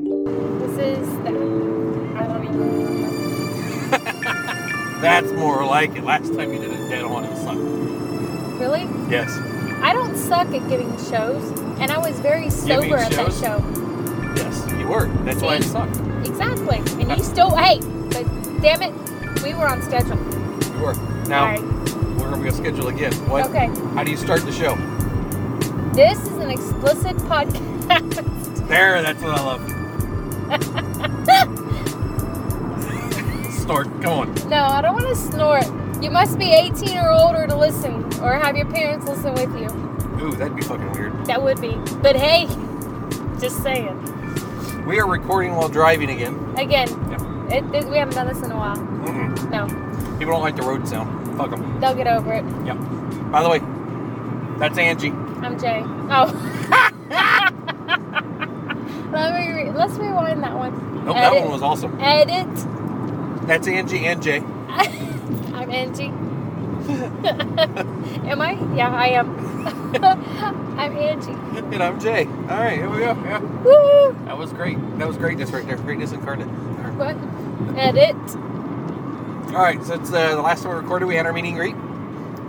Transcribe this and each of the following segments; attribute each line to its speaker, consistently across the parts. Speaker 1: This is the I love you.
Speaker 2: That's more like it. Last time you did it dead on, it sucked.
Speaker 1: Really?
Speaker 2: Yes.
Speaker 1: I don't suck at giving shows, and I was very
Speaker 2: Giving
Speaker 1: sober at that
Speaker 2: shows?
Speaker 1: show.
Speaker 2: Yes, you were. That's why it
Speaker 1: See?
Speaker 2: sucked.
Speaker 1: Exactly. And you still hey, but damn it, we were on schedule.
Speaker 2: You were. Now,
Speaker 1: All right.
Speaker 2: we're going to schedule again. What?
Speaker 1: Okay.
Speaker 2: How do you start the show?
Speaker 1: This is an explicit podcast.
Speaker 2: There, that's what I love. Start going.
Speaker 1: no, I don't want to snort. You must be 18 or older to listen, or have your parents listen with you.
Speaker 2: Ooh, that'd be fucking weird.
Speaker 1: That would be. But hey, just saying.
Speaker 2: We are recording while driving again.
Speaker 1: Again,
Speaker 2: Yep.
Speaker 1: it, it- we haven't done this in a while.
Speaker 2: Mm-mm.
Speaker 1: No,
Speaker 2: People don't like the road sound. Fuck them.
Speaker 1: they'll get over it.
Speaker 2: Yep. By the way, that's Angie.
Speaker 1: I'm Jay. Oh. Let me re- let's rewind that one.
Speaker 2: Nope, that
Speaker 1: Edit.
Speaker 2: one was awesome.
Speaker 1: Edit.
Speaker 2: That's Angie and Jay.
Speaker 1: I'm Angie. am I? Yeah, I am. I'm Angie.
Speaker 2: And I'm Jay. All right, here we go. Yeah.
Speaker 1: Woo!
Speaker 2: That was great. That was greatness right there. Greatness incarnate. All right.
Speaker 1: What? Edit.
Speaker 2: All right, so it's uh, the last time we recorded. We had our meet and greet.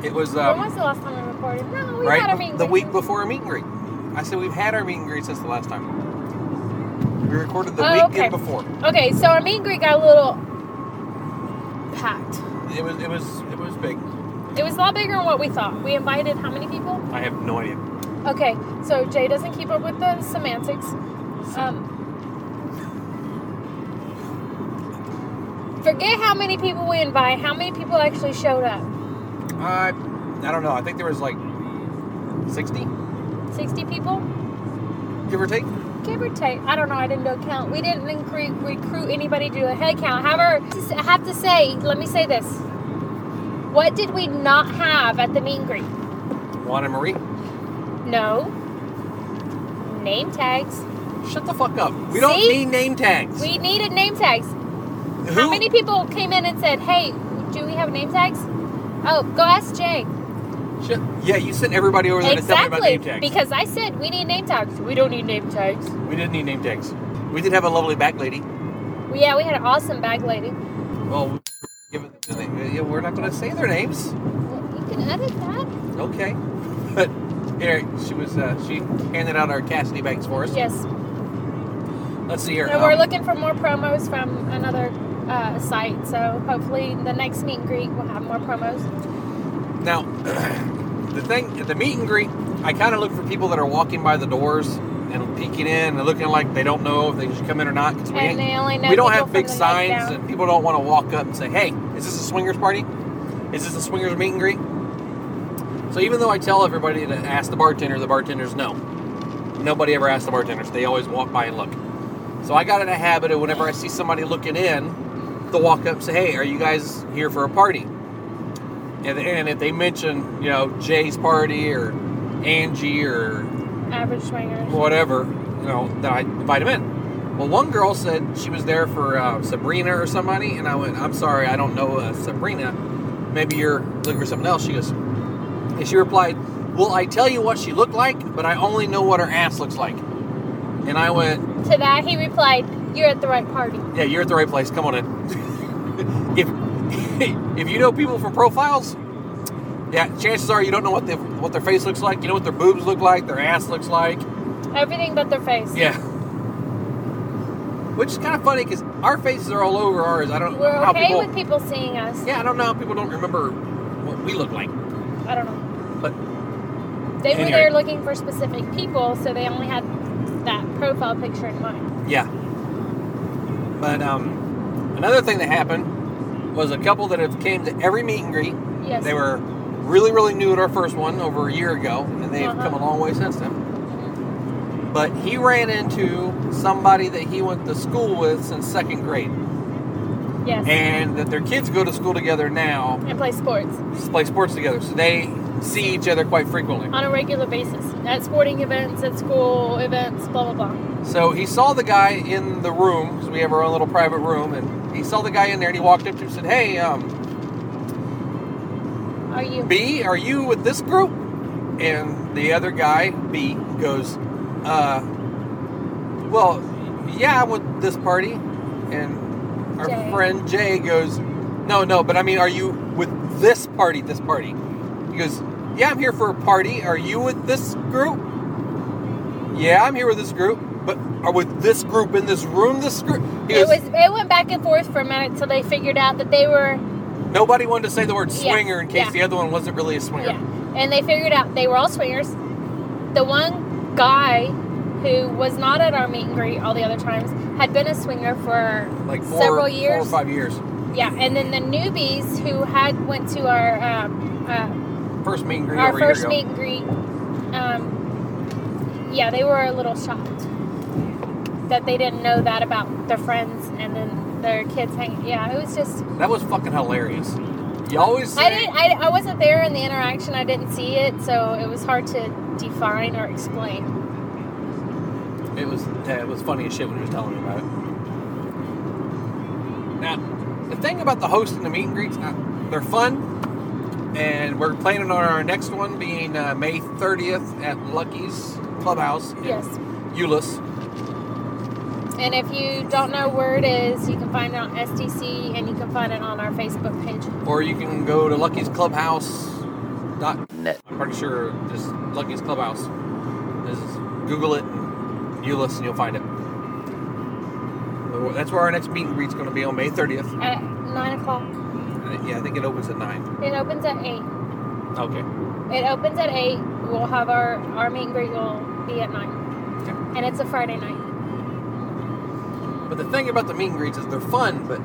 Speaker 2: It was
Speaker 1: when
Speaker 2: um,
Speaker 1: was the last time we recorded? No, we
Speaker 2: right
Speaker 1: had our meeting.
Speaker 2: the week before our meet and greet. I said we've had our meet and greet since the last time. We recorded the
Speaker 1: Oh,
Speaker 2: weekend
Speaker 1: okay.
Speaker 2: before.
Speaker 1: Okay, so our meet and greet got a little packed.
Speaker 2: It was it was it was big.
Speaker 1: It was a lot bigger than what we thought. We invited how many people?
Speaker 2: I have no idea.
Speaker 1: Okay, so Jay doesn't keep up with the semantics. Um, forget how many people we invite, how many people actually showed up?
Speaker 2: I I don't know. I think there was like sixty,
Speaker 1: 60 people?
Speaker 2: give or take.
Speaker 1: Give or take. I don't know, I didn't do a count. We didn't recruit, recruit anybody to do a head count. However, I have to say, let me say this. What did we not have at the meet and greet?
Speaker 2: Juan and Marie,
Speaker 1: No. Name tags.
Speaker 2: shut the fuck up. We don't
Speaker 1: See?
Speaker 2: need name tags.
Speaker 1: We needed name tags.
Speaker 2: Who?
Speaker 1: How many people came in and said, "Hey, do we have name tags?" Oh, go ask Jay.
Speaker 2: Shit. Yeah, you sent everybody over there to tell me about
Speaker 1: exactly,
Speaker 2: name tags.
Speaker 1: because I said we need name tags. We don't need name tags.
Speaker 2: we didn't need name tags. We did have a lovely back lady.
Speaker 1: Well, yeah, we had an awesome bag lady.
Speaker 2: Well, Oh, we- give it the name. Yeah, we're not going to say their names.
Speaker 1: Well, you can edit that.
Speaker 2: Okay. But here, she was. Uh, she handed out our Cassidy bags for us.
Speaker 1: Yes,
Speaker 2: Let's see here.
Speaker 1: and we're
Speaker 2: Um,
Speaker 1: looking for more promos from another uh, site. So hopefully, the next meet and greet will have more promos.
Speaker 2: Now, the thing, the meet and greet, I kind of look for people that are walking by the doors and peeking in and looking like they don't know if they should come in or not. 'cause we,
Speaker 1: And
Speaker 2: ain't-
Speaker 1: they only know
Speaker 2: we don't
Speaker 1: people
Speaker 2: have big
Speaker 1: from the neck
Speaker 2: signs
Speaker 1: down.
Speaker 2: and people don't want to walk up and say, hey, is this a swingers party? Is this a swingers meet and greet? So even though I tell everybody to ask the bartender, the bartenders no. Nobody ever asks the bartenders. They always walk by and look. So I got in a habit of whenever I see somebody looking in, to walk up and say, hey, are you guys here for a party? And, and if they mention, you know, Jay's party or Angie or
Speaker 1: Average swingers.
Speaker 2: whatever, you know, that I invite them in. Well, one girl said she was there for uh, Sabrina or somebody, and I went, I'm sorry, I don't know uh, Sabrina. Maybe you're looking for something else. She goes, and she replied, Well, I tell you what she looked like, but I only know what her ass looks like. And I went,
Speaker 1: To that, he replied, "You're at the right party."
Speaker 2: yeah, you're at the right place. Come on in. if if you know people from profiles, yeah, chances are you don't know what they, what their face looks like. You know what their boobs look like, their ass looks like.
Speaker 1: Everything but their face.
Speaker 2: Yeah. Which is kind of funny because our faces are all over ours. I don't know
Speaker 1: We're
Speaker 2: how
Speaker 1: okay
Speaker 2: people.
Speaker 1: with people seeing us.
Speaker 2: yeah, I don't know how people don't remember what we look like.
Speaker 1: I don't know.
Speaker 2: But
Speaker 1: They
Speaker 2: Anyway.
Speaker 1: were there looking for specific people, so they only had that profile picture in mind.
Speaker 2: Yeah. But um, another thing that happened was a couple that have came to every meet and greet.
Speaker 1: Yes.
Speaker 2: They were really, really new at our first one over a year ago, and they've
Speaker 1: Uh-huh.
Speaker 2: come a long way since then. But he ran into somebody that he went to school with since second grade,
Speaker 1: Yes.
Speaker 2: and that their kids go to school together now,
Speaker 1: And play sports
Speaker 2: s- play sports together. So they see each other quite frequently.
Speaker 1: on a regular basis at sporting events, at school events, blah blah blah.
Speaker 2: So he saw the guy in the room, because we have our own little private room, and he saw the guy in there and he walked up to him and said, Hey, um,
Speaker 1: Are you?
Speaker 2: B, are you with this group? and the other guy B goes, uh, "Well, yeah, I'm with this party," and our
Speaker 1: Jay.
Speaker 2: friend Jay goes, "No, no, but I mean, are you with this party? This party?" He goes, "Yeah, I'm here for a party. Are you with this group?" "Yeah, I'm here with this group." But are with this group in this room? This group? He
Speaker 1: It
Speaker 2: goes,
Speaker 1: was. It went back and forth for a minute until they figured out that they were.
Speaker 2: Nobody wanted to say the word
Speaker 1: Yeah,
Speaker 2: swinger in case
Speaker 1: yeah.
Speaker 2: the other one wasn't really a swinger.
Speaker 1: Yeah, and they figured out they were all swingers. The one guy who was not at our meet and greet all the other times had been a swinger for
Speaker 2: Like four,
Speaker 1: several years.
Speaker 2: four or five years.
Speaker 1: Yeah, and then the newbies who had went to our um, uh,
Speaker 2: First meet and greet
Speaker 1: our
Speaker 2: over a year
Speaker 1: first
Speaker 2: ago.
Speaker 1: meet and greet. Um, yeah, they were a little shocked that they didn't know that about their friends and then their kids hanging. Yeah, it was just
Speaker 2: That was fucking hilarious. You always say,
Speaker 1: I didn't I, I wasn't there in the interaction. I didn't see it, so it was hard to define or explain.
Speaker 2: it was yeah, it was funny as shit when he was telling me about it. Now, the thing about the host and the meet and greets, uh, they're fun, and we're planning on our next one being uh, May 30th at Lucky's Clubhouse. in
Speaker 1: Yes.
Speaker 2: Euless.
Speaker 1: And if you don't know where it is, you can find it on STC and you can find it on our Facebook page.
Speaker 2: or you can go to Lucky's Clubhouse. Dot net. I'm pretty sure just Lucky's Clubhouse. Just Google it, and you listen, you'll find it. That's where our next meet and greet's going to be on May 30th.
Speaker 1: At nine o'clock.
Speaker 2: Uh, Yeah, I think it opens at nine.
Speaker 1: It opens at eight.
Speaker 2: Okay.
Speaker 1: It opens at eight. We'll have our our meet and greet will be at nine,
Speaker 2: okay.
Speaker 1: and it's a Friday night.
Speaker 2: But the thing about the meet and greets is they're fun, but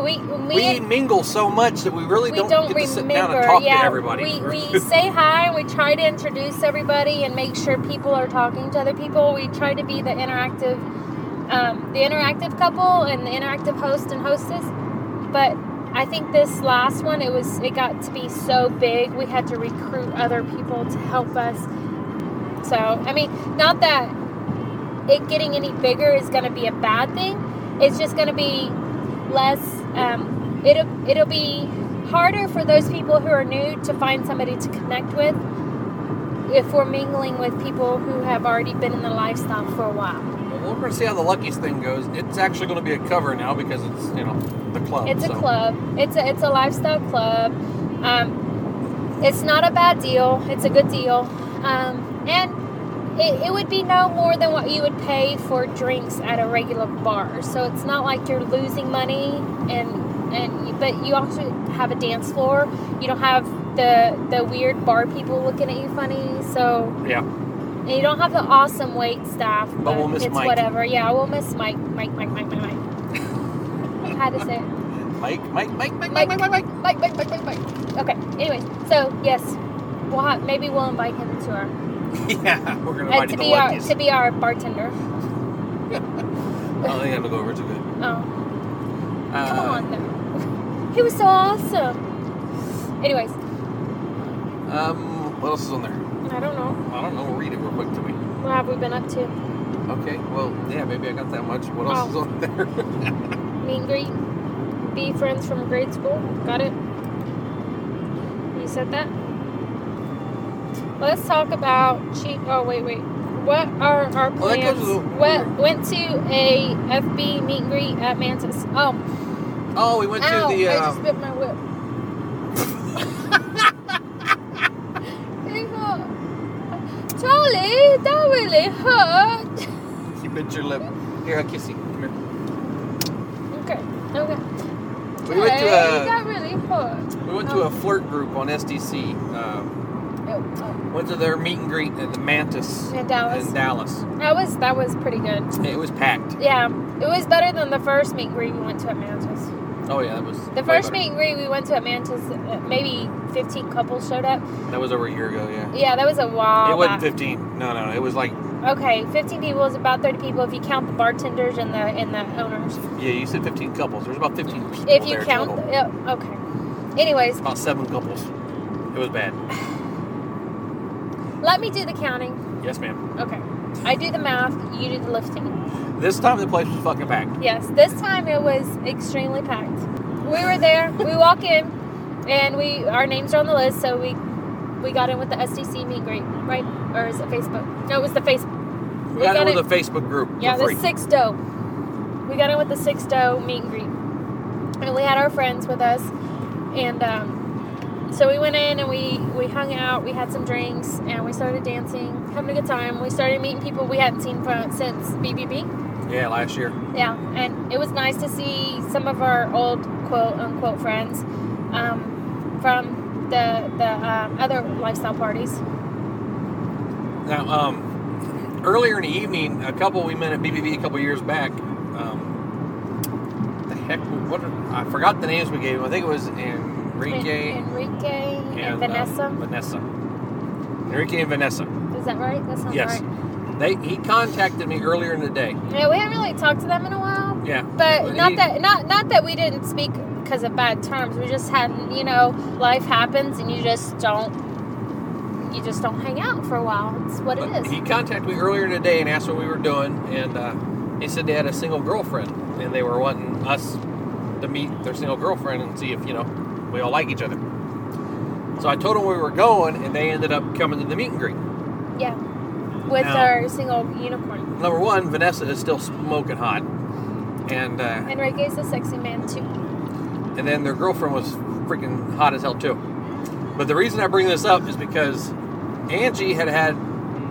Speaker 1: We we.
Speaker 2: we mingle so much that we really
Speaker 1: we
Speaker 2: don't,
Speaker 1: don't,
Speaker 2: get
Speaker 1: remember.
Speaker 2: to sit down and talk
Speaker 1: yeah,
Speaker 2: to everybody.
Speaker 1: we, we say hi. and We try to introduce everybody and make sure people are talking to other people. We try to be the interactive, um, the interactive couple and the interactive host and hostess. But I think this last one, it was it got to be so big. We had to recruit other people to help us. So I mean, not that it getting any bigger is going to be a bad thing. It's just going to be less. Um, it'll it'll be harder for those people who are new to find somebody to connect with if we're mingling with people who have already been in the lifestyle for a while.
Speaker 2: Well, we're going to see how the Lucky's thing goes. It's actually going to be a cover now because it's you know the club.
Speaker 1: It's a
Speaker 2: so.
Speaker 1: club. It's a it's a lifestyle club. Um, it's not a bad deal. It's a good deal, um, and it, it would be no more than what you would pay for drinks at a regular bar. So it's not like you're losing money, and and you- but you also have a dance floor. You don't have the the weird bar people looking at you funny. So
Speaker 2: Yeah.
Speaker 1: and you don't have the awesome wait staff, but,
Speaker 2: Oh, we'll miss
Speaker 1: it's
Speaker 2: Mike.
Speaker 1: whatever. Yeah, we'll miss Mike. Mike. Mike. Mike. Mike. Mike. How to say it?
Speaker 2: Mike, Mike, Mike, Mike,
Speaker 1: Mike,
Speaker 2: Mike, Mike, Mike.
Speaker 1: Mike, Mike, Mike, Mike, Mike. Okay. Anyways, so yes, we'll have, maybe we'll invite him to our
Speaker 2: Yeah, we're gonna
Speaker 1: uh,
Speaker 2: invite
Speaker 1: to
Speaker 2: you to
Speaker 1: be our
Speaker 2: Lucky's.
Speaker 1: to be our bartender.
Speaker 2: I don't think I'm gonna go over too good.
Speaker 1: Oh,
Speaker 2: Come
Speaker 1: come on, though. he was so awesome. Anyways,
Speaker 2: Um, what else is on there?
Speaker 1: I don't know.
Speaker 2: I don't know. Read it real quick to me.
Speaker 1: What have we been up to?
Speaker 2: Okay. Well, yeah, maybe I got that much. What else is
Speaker 1: Oh.
Speaker 2: on there?
Speaker 1: Meet and greet. Be friends from grade school. Got it. You said that. Let's talk about cheat. Oh wait, wait. What are our
Speaker 2: Well, Oh, that goes
Speaker 1: plans?
Speaker 2: with the-
Speaker 1: what went to a FB meet and greet at Mantis? Oh,
Speaker 2: oh, we went
Speaker 1: ow!
Speaker 2: to the.
Speaker 1: I
Speaker 2: Uh,
Speaker 1: just bit my whip. It hurt. Charlie, that really hurt.
Speaker 2: you bit your lip. Here, I kiss you. Come here.
Speaker 1: Okay, okay.
Speaker 2: We went to
Speaker 1: Hey,
Speaker 2: a
Speaker 1: that really hurt.
Speaker 2: we went to a flirt group on SDC. Um,
Speaker 1: Oh, oh.
Speaker 2: went to their meet and greet at the Mantis
Speaker 1: In Dallas.
Speaker 2: In Dallas,
Speaker 1: That was that was pretty good.
Speaker 2: it was packed.
Speaker 1: Yeah, it was better than the first meet and greet we went to at Mantis.
Speaker 2: Oh yeah, that was
Speaker 1: The
Speaker 2: way
Speaker 1: first
Speaker 2: better.
Speaker 1: meet and greet we went to at Mantis, uh, maybe 15 couples showed up.
Speaker 2: That was over a year ago. Yeah.
Speaker 1: Yeah, that was a while.
Speaker 2: It wasn't
Speaker 1: back.
Speaker 2: 15. No, no, no. It was like
Speaker 1: Okay, 15 people is about 30 people if you count the bartenders and the and the owners.
Speaker 2: yeah. You said 15 couples. There's about 15 people
Speaker 1: If you
Speaker 2: there
Speaker 1: count,
Speaker 2: Oh, total.
Speaker 1: the, yeah, okay. Anyways,
Speaker 2: About seven couples. It was bad.
Speaker 1: let me do the counting.
Speaker 2: Yes, ma'am.
Speaker 1: Okay, I do the math. You do the lifting.
Speaker 2: This time the place was fucking packed.
Speaker 1: Yes, this time it was extremely packed. We were there. we walk in, and we our names are on the list, so we we got in with the SDC meet great, right? Or is it Facebook? No, it was the Facebook.
Speaker 2: We,
Speaker 1: We
Speaker 2: got,
Speaker 1: got
Speaker 2: it with a Facebook group.
Speaker 1: Yeah,
Speaker 2: for
Speaker 1: the
Speaker 2: free.
Speaker 1: six dough. We got in with the six dough meet and greet, and we had our friends with us, and um, so we went in and we we hung out. We had some drinks and we started dancing, having a good time. We started meeting people we hadn't seen from since BBB.
Speaker 2: Yeah, last year.
Speaker 1: Yeah, and it was nice to see some of our old quote unquote friends um, from the the um, other lifestyle parties.
Speaker 2: Now, um, earlier in the evening, a couple we met at BBV a couple years back. Um, the heck, what? I forgot the names we gave them. I think it was Enrique and,
Speaker 1: Enrique, and,
Speaker 2: uh,
Speaker 1: Vanessa.
Speaker 2: Vanessa. Enrique and Vanessa.
Speaker 1: Is that right? That sounds
Speaker 2: yes.
Speaker 1: right.
Speaker 2: They he contacted me earlier in the day.
Speaker 1: Yeah, we haven't really talked to them in a while.
Speaker 2: Yeah.
Speaker 1: But not
Speaker 2: he-
Speaker 1: that not not that we didn't speak because of bad terms. We just hadn't, you know, life happens and you just don't you just don't hang out for a while. It's what
Speaker 2: but
Speaker 1: it is.
Speaker 2: He contacted me earlier in the day and asked what we were doing, and uh, he said they had a single girlfriend, and they were wanting us to meet their single girlfriend and see if you know we all like each other. So I told them where we were going, and they ended up coming to the meet and greet.
Speaker 1: yeah. With
Speaker 2: Now-
Speaker 1: our single unicorn.
Speaker 2: Number one, Vanessa is still smoking hot, and uh,
Speaker 1: Enrique's a sexy man too.
Speaker 2: and then their girlfriend was freaking hot as hell too. But the reason I bring this up is because Angie had had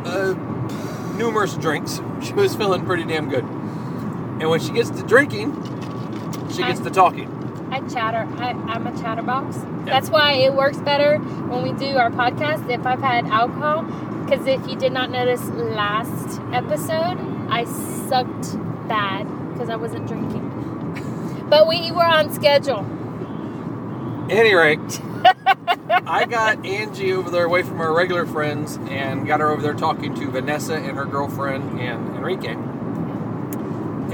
Speaker 2: uh, numerous drinks. She was feeling pretty damn good, and when she gets to drinking, she gets to talking.
Speaker 1: I chatter. I, I'm a chatterbox. That's why it works better when we do our podcast if I've had alcohol. Because if you did not notice last episode, I sucked bad because I wasn't drinking. But we were on schedule.
Speaker 2: At any rate, I got Angie over there away from her regular friends and got her over there talking to Vanessa and her girlfriend and Enrique.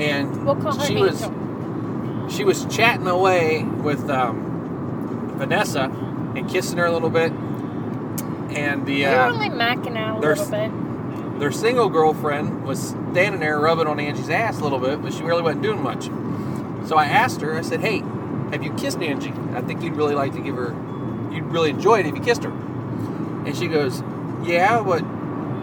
Speaker 2: And
Speaker 1: We'll call her
Speaker 2: she
Speaker 1: Angel.
Speaker 2: was she was chatting away with um, Vanessa and kissing her a little bit. And the
Speaker 1: we were
Speaker 2: uh,
Speaker 1: only macking out a
Speaker 2: there's-
Speaker 1: little bit.
Speaker 2: their single girlfriend was standing there rubbing on Angie's ass a little bit, but she really wasn't doing much. So I asked her. I said, "Hey, have you kissed Angie? I think you'd really like to give her. You'd really enjoy it if you kissed her." And she goes, "Yeah, but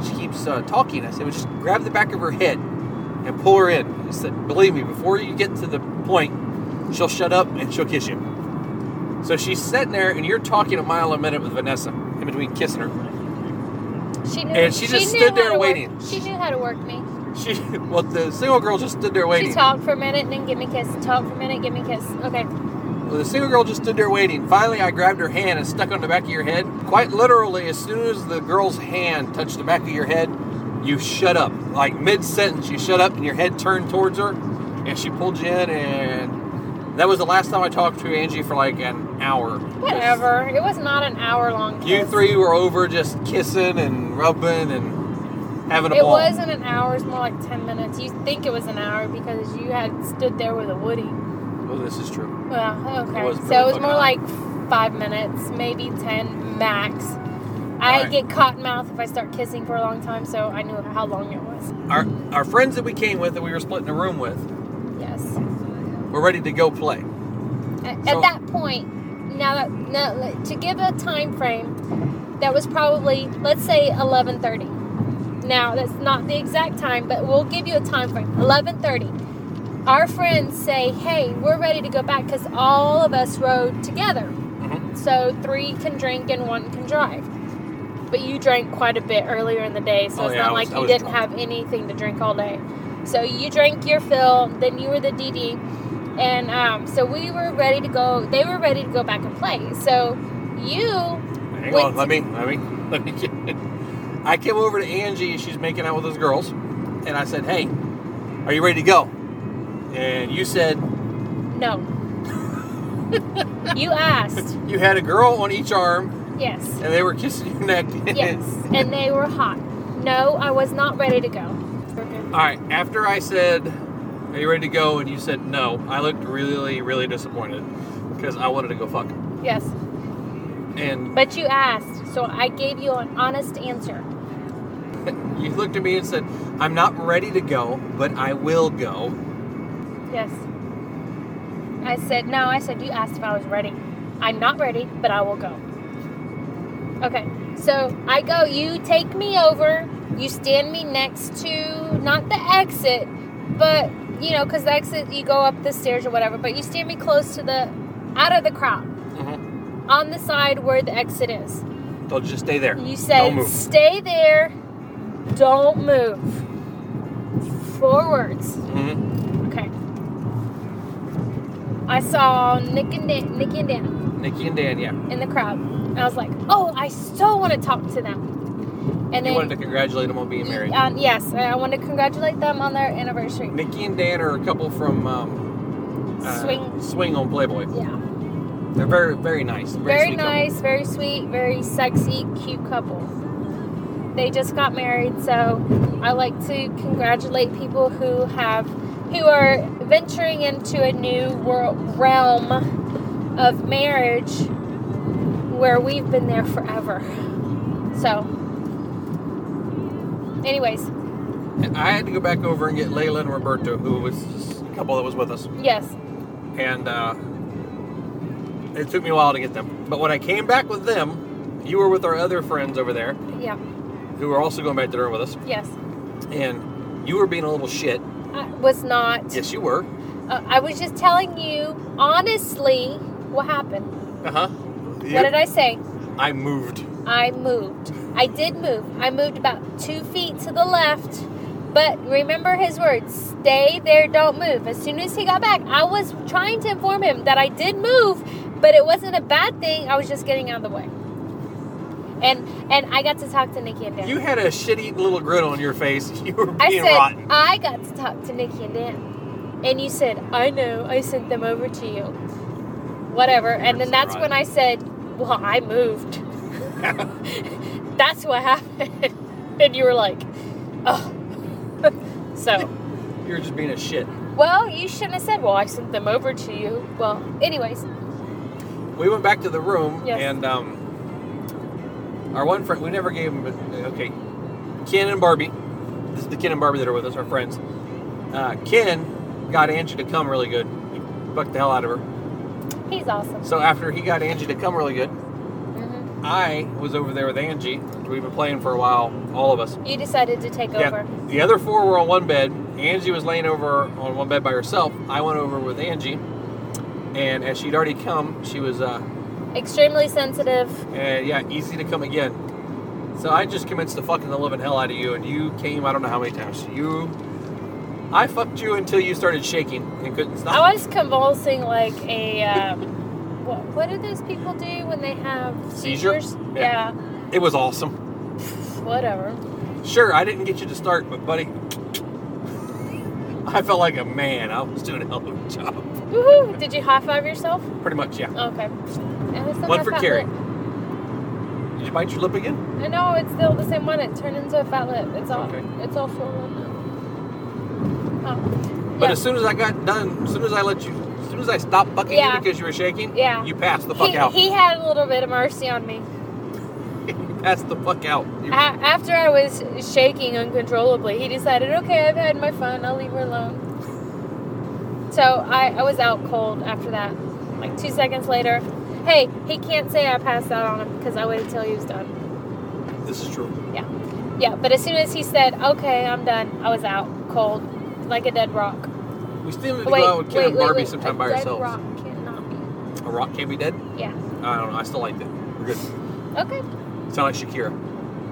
Speaker 2: she keeps uh, talking." I said, "Well, just grab the back of her head and pull her in." I said, "Believe me, before you get to the point, she'll shut up and she'll kiss you." So she's sitting there, and you're talking a mile a minute with Vanessa in between kissing her.
Speaker 1: She knew,
Speaker 2: and she just
Speaker 1: knew
Speaker 2: stood
Speaker 1: how
Speaker 2: there
Speaker 1: to work-
Speaker 2: waiting.
Speaker 1: She knew how to work me.
Speaker 2: She, well, the single girl just stood there waiting.
Speaker 1: She talked for a minute and then give me a kiss. Talk for a minute, give me a kiss. Okay.
Speaker 2: Well, the single girl just stood there waiting. Finally, I grabbed her hand and stuck it on the back of your head. Quite literally, as soon as the girl's hand touched the back of your head, you shut up. Like mid sentence, you shut up and your head turned towards her, and she pulled you in. And that was the last time I talked to Angie for like an hour.
Speaker 1: Whatever. It was not an hour long kiss.
Speaker 2: You three were over just kissing and rubbing and having a
Speaker 1: It
Speaker 2: ball.
Speaker 1: wasn't an hour, it's more like 10 minutes. You think it was an hour because you had stood there with a Woody.
Speaker 2: Well, this is true.
Speaker 1: Well, okay.
Speaker 2: It was
Speaker 1: so it was
Speaker 2: pretty
Speaker 1: more like
Speaker 2: fucking
Speaker 1: five minutes, maybe 10 max. I
Speaker 2: Alright.
Speaker 1: get caught in mouth if I start kissing for a long time, so I knew how long it was.
Speaker 2: Our our friends that we came with that we were splitting a room with
Speaker 1: Yes.
Speaker 2: were ready to go play.
Speaker 1: At,
Speaker 2: So-
Speaker 1: at that point, now that now, like, to give a time frame, that was probably let's say eleven thirty. Now that's not the exact time, but we'll give you a time frame. Eleven thirty. Our friends say, "Hey, we're ready to go back because all of us rode together,
Speaker 2: Mhm.
Speaker 1: so three can drink and one can drive." But you drank quite a bit earlier in the day, so
Speaker 2: Oh,
Speaker 1: it's
Speaker 2: yeah,
Speaker 1: not
Speaker 2: I was-
Speaker 1: like
Speaker 2: I
Speaker 1: you
Speaker 2: was
Speaker 1: didn't
Speaker 2: drunk.
Speaker 1: have anything to drink all day. So you drank your fill, then you were the DD, and um, so we were ready to go. They were ready to go back and play. So you
Speaker 2: Hang
Speaker 1: Wait
Speaker 2: on,
Speaker 1: to-
Speaker 2: let me, let me, let me. get- I came over to Angie, and she's making out with those girls, and I said, "Hey, are you ready to go?" And you said
Speaker 1: no. you asked.
Speaker 2: you had a girl on each arm,
Speaker 1: Yes.
Speaker 2: and they were kissing your neck.
Speaker 1: Yes. And they were hot. No, I was not ready to go.
Speaker 2: All right. After I said, "Are you ready to go?" and you said no, I looked really, really disappointed because I wanted to go fuck.
Speaker 1: Yes.
Speaker 2: And
Speaker 1: But you asked, so I gave you an honest answer.
Speaker 2: you looked at me and said, "I'm not ready to go, but I will go."
Speaker 1: Yes. I said, no, I said, you asked if I was ready. I'm not ready, but I will go. Okay, so I go, you take me over, you stand me next to, not the exit, but, you know, because the exit, you go up the stairs or whatever, but you stand me close to the, out of the crowd,
Speaker 2: Mm-hmm.
Speaker 1: on the side where the exit is.
Speaker 2: They'll just stay there.
Speaker 1: You say,
Speaker 2: Don't move.
Speaker 1: stay there, don't move. Forwards.
Speaker 2: Mm-hmm.
Speaker 1: Okay. I saw Nick and Dan, Nick and Dan.
Speaker 2: Nikki and Dan, yeah.
Speaker 1: in the crowd. And I was like, oh, I so want to talk to them. And
Speaker 2: you wanted to congratulate them on being married.
Speaker 1: Um, yes, and I want to congratulate them on their anniversary.
Speaker 2: Nikki and Dan are a couple from um, uh,
Speaker 1: Swing.
Speaker 2: Swing on Playboy.
Speaker 1: Yeah.
Speaker 2: They're very, very nice. Very,
Speaker 1: Very
Speaker 2: sweet couple.
Speaker 1: nice, very sweet, very sexy, cute couple. They just got married, so I like to congratulate people who have who are venturing into a new world realm of marriage where we've been there forever. So anyways,
Speaker 2: I had to go back over and get Layla and Roberto, who was a couple that was with us,
Speaker 1: yes.
Speaker 2: and uh, it took me a while to get them. But when I came back with them, you were with our other friends over there,
Speaker 1: Yeah.
Speaker 2: who were also going back to dinner with us,
Speaker 1: Yes.
Speaker 2: and you were being a little shit.
Speaker 1: I was not.
Speaker 2: Yes, you were.
Speaker 1: Uh, I was just telling you honestly what happened.
Speaker 2: Uh huh.
Speaker 1: What did I say?
Speaker 2: I moved.
Speaker 1: I moved. I did move. I moved about two feet to the left. But remember his words stay there, don't move. As soon as he got back, I was trying to inform him that I did move, but it wasn't a bad thing. I was just getting out of the way. And and I got to talk to Nikki and Dan.
Speaker 2: You had a shitty little grin on your face. You were being
Speaker 1: I said
Speaker 2: rotten.
Speaker 1: I got to talk to Nikki and Dan, and you said I know I sent them over to you, whatever. And then that's when I said, "Well, I moved." that's what happened, and you were like, "Oh." so,
Speaker 2: You were just being a shit.
Speaker 1: well, you shouldn't have said, "Well, I sent them over to you." Well, anyways,
Speaker 2: We went back to the room,
Speaker 1: Yes.
Speaker 2: and um, our one friend, we never gave him, but okay, Ken and Barbie, this is the Ken and Barbie that are with us, our friends. Uh, Ken got Angie to come really good. He bucked the hell out of her.
Speaker 1: he's awesome.
Speaker 2: So after he got Angie to come really good, Mm-hmm.
Speaker 1: hmm
Speaker 2: I was over there with Angie. We've been playing for a while, all of us.
Speaker 1: You decided to take over.
Speaker 2: Yeah, the other four were on one bed. Angie was laying over on one bed by herself. I went over with Angie, and as she'd already come, she was, uh,
Speaker 1: Extremely sensitive.
Speaker 2: and Eh, yeah, easy to come again. So I just commenced to fucking the living hell out of you, and you came. I don't know how many times you. I fucked you until you started shaking and couldn't stop.
Speaker 1: I was convulsing like a. Um, what, what do those people do when they have
Speaker 2: Seizure?
Speaker 1: seizures?
Speaker 2: Yeah.
Speaker 1: Yeah.
Speaker 2: It was awesome.
Speaker 1: Whatever.
Speaker 2: Sure, I didn't get you to start, but buddy, I felt like a man. I was doing a hell of a job.
Speaker 1: Woohoo! Did you high five yourself?
Speaker 2: Pretty much, yeah.
Speaker 1: Okay. And it's the
Speaker 2: One
Speaker 1: high
Speaker 2: for
Speaker 1: fat
Speaker 2: Carrie.
Speaker 1: lip.
Speaker 2: Did you bite your lip again?
Speaker 1: I know it's still the same one. It turned into a fat lip. It's all.
Speaker 2: Okay.
Speaker 1: It's all swollen now. Oh.
Speaker 2: But
Speaker 1: yeah.
Speaker 2: as soon as I got done, as soon as I let you, as soon as I stopped bucking
Speaker 1: Yeah.
Speaker 2: you because you were shaking,
Speaker 1: Yeah.
Speaker 2: you passed the fuck
Speaker 1: he,
Speaker 2: out.
Speaker 1: he had a little bit of mercy on me.
Speaker 2: you passed the fuck out. You-
Speaker 1: A- after I was shaking uncontrollably, he decided, okay, I've had my fun. I'll leave her alone. So I, I was out cold after that. Like two seconds later. Hey, he can't say I passed out on him because I waited till he was done.
Speaker 2: this is true.
Speaker 1: Yeah. Yeah, but as soon as he said, okay, I'm done, I was out cold, like a dead rock.
Speaker 2: We still need to
Speaker 1: Wait,
Speaker 2: go out with Ken
Speaker 1: wait,
Speaker 2: and
Speaker 1: wait,
Speaker 2: Barbie
Speaker 1: wait.
Speaker 2: sometime
Speaker 1: a
Speaker 2: by
Speaker 1: dead
Speaker 2: ourselves.
Speaker 1: rock cannot be.
Speaker 2: A rock can't be dead?
Speaker 1: Yeah.
Speaker 2: I don't know. I still like that. We're good.
Speaker 1: Okay.
Speaker 2: Sound like Shakira.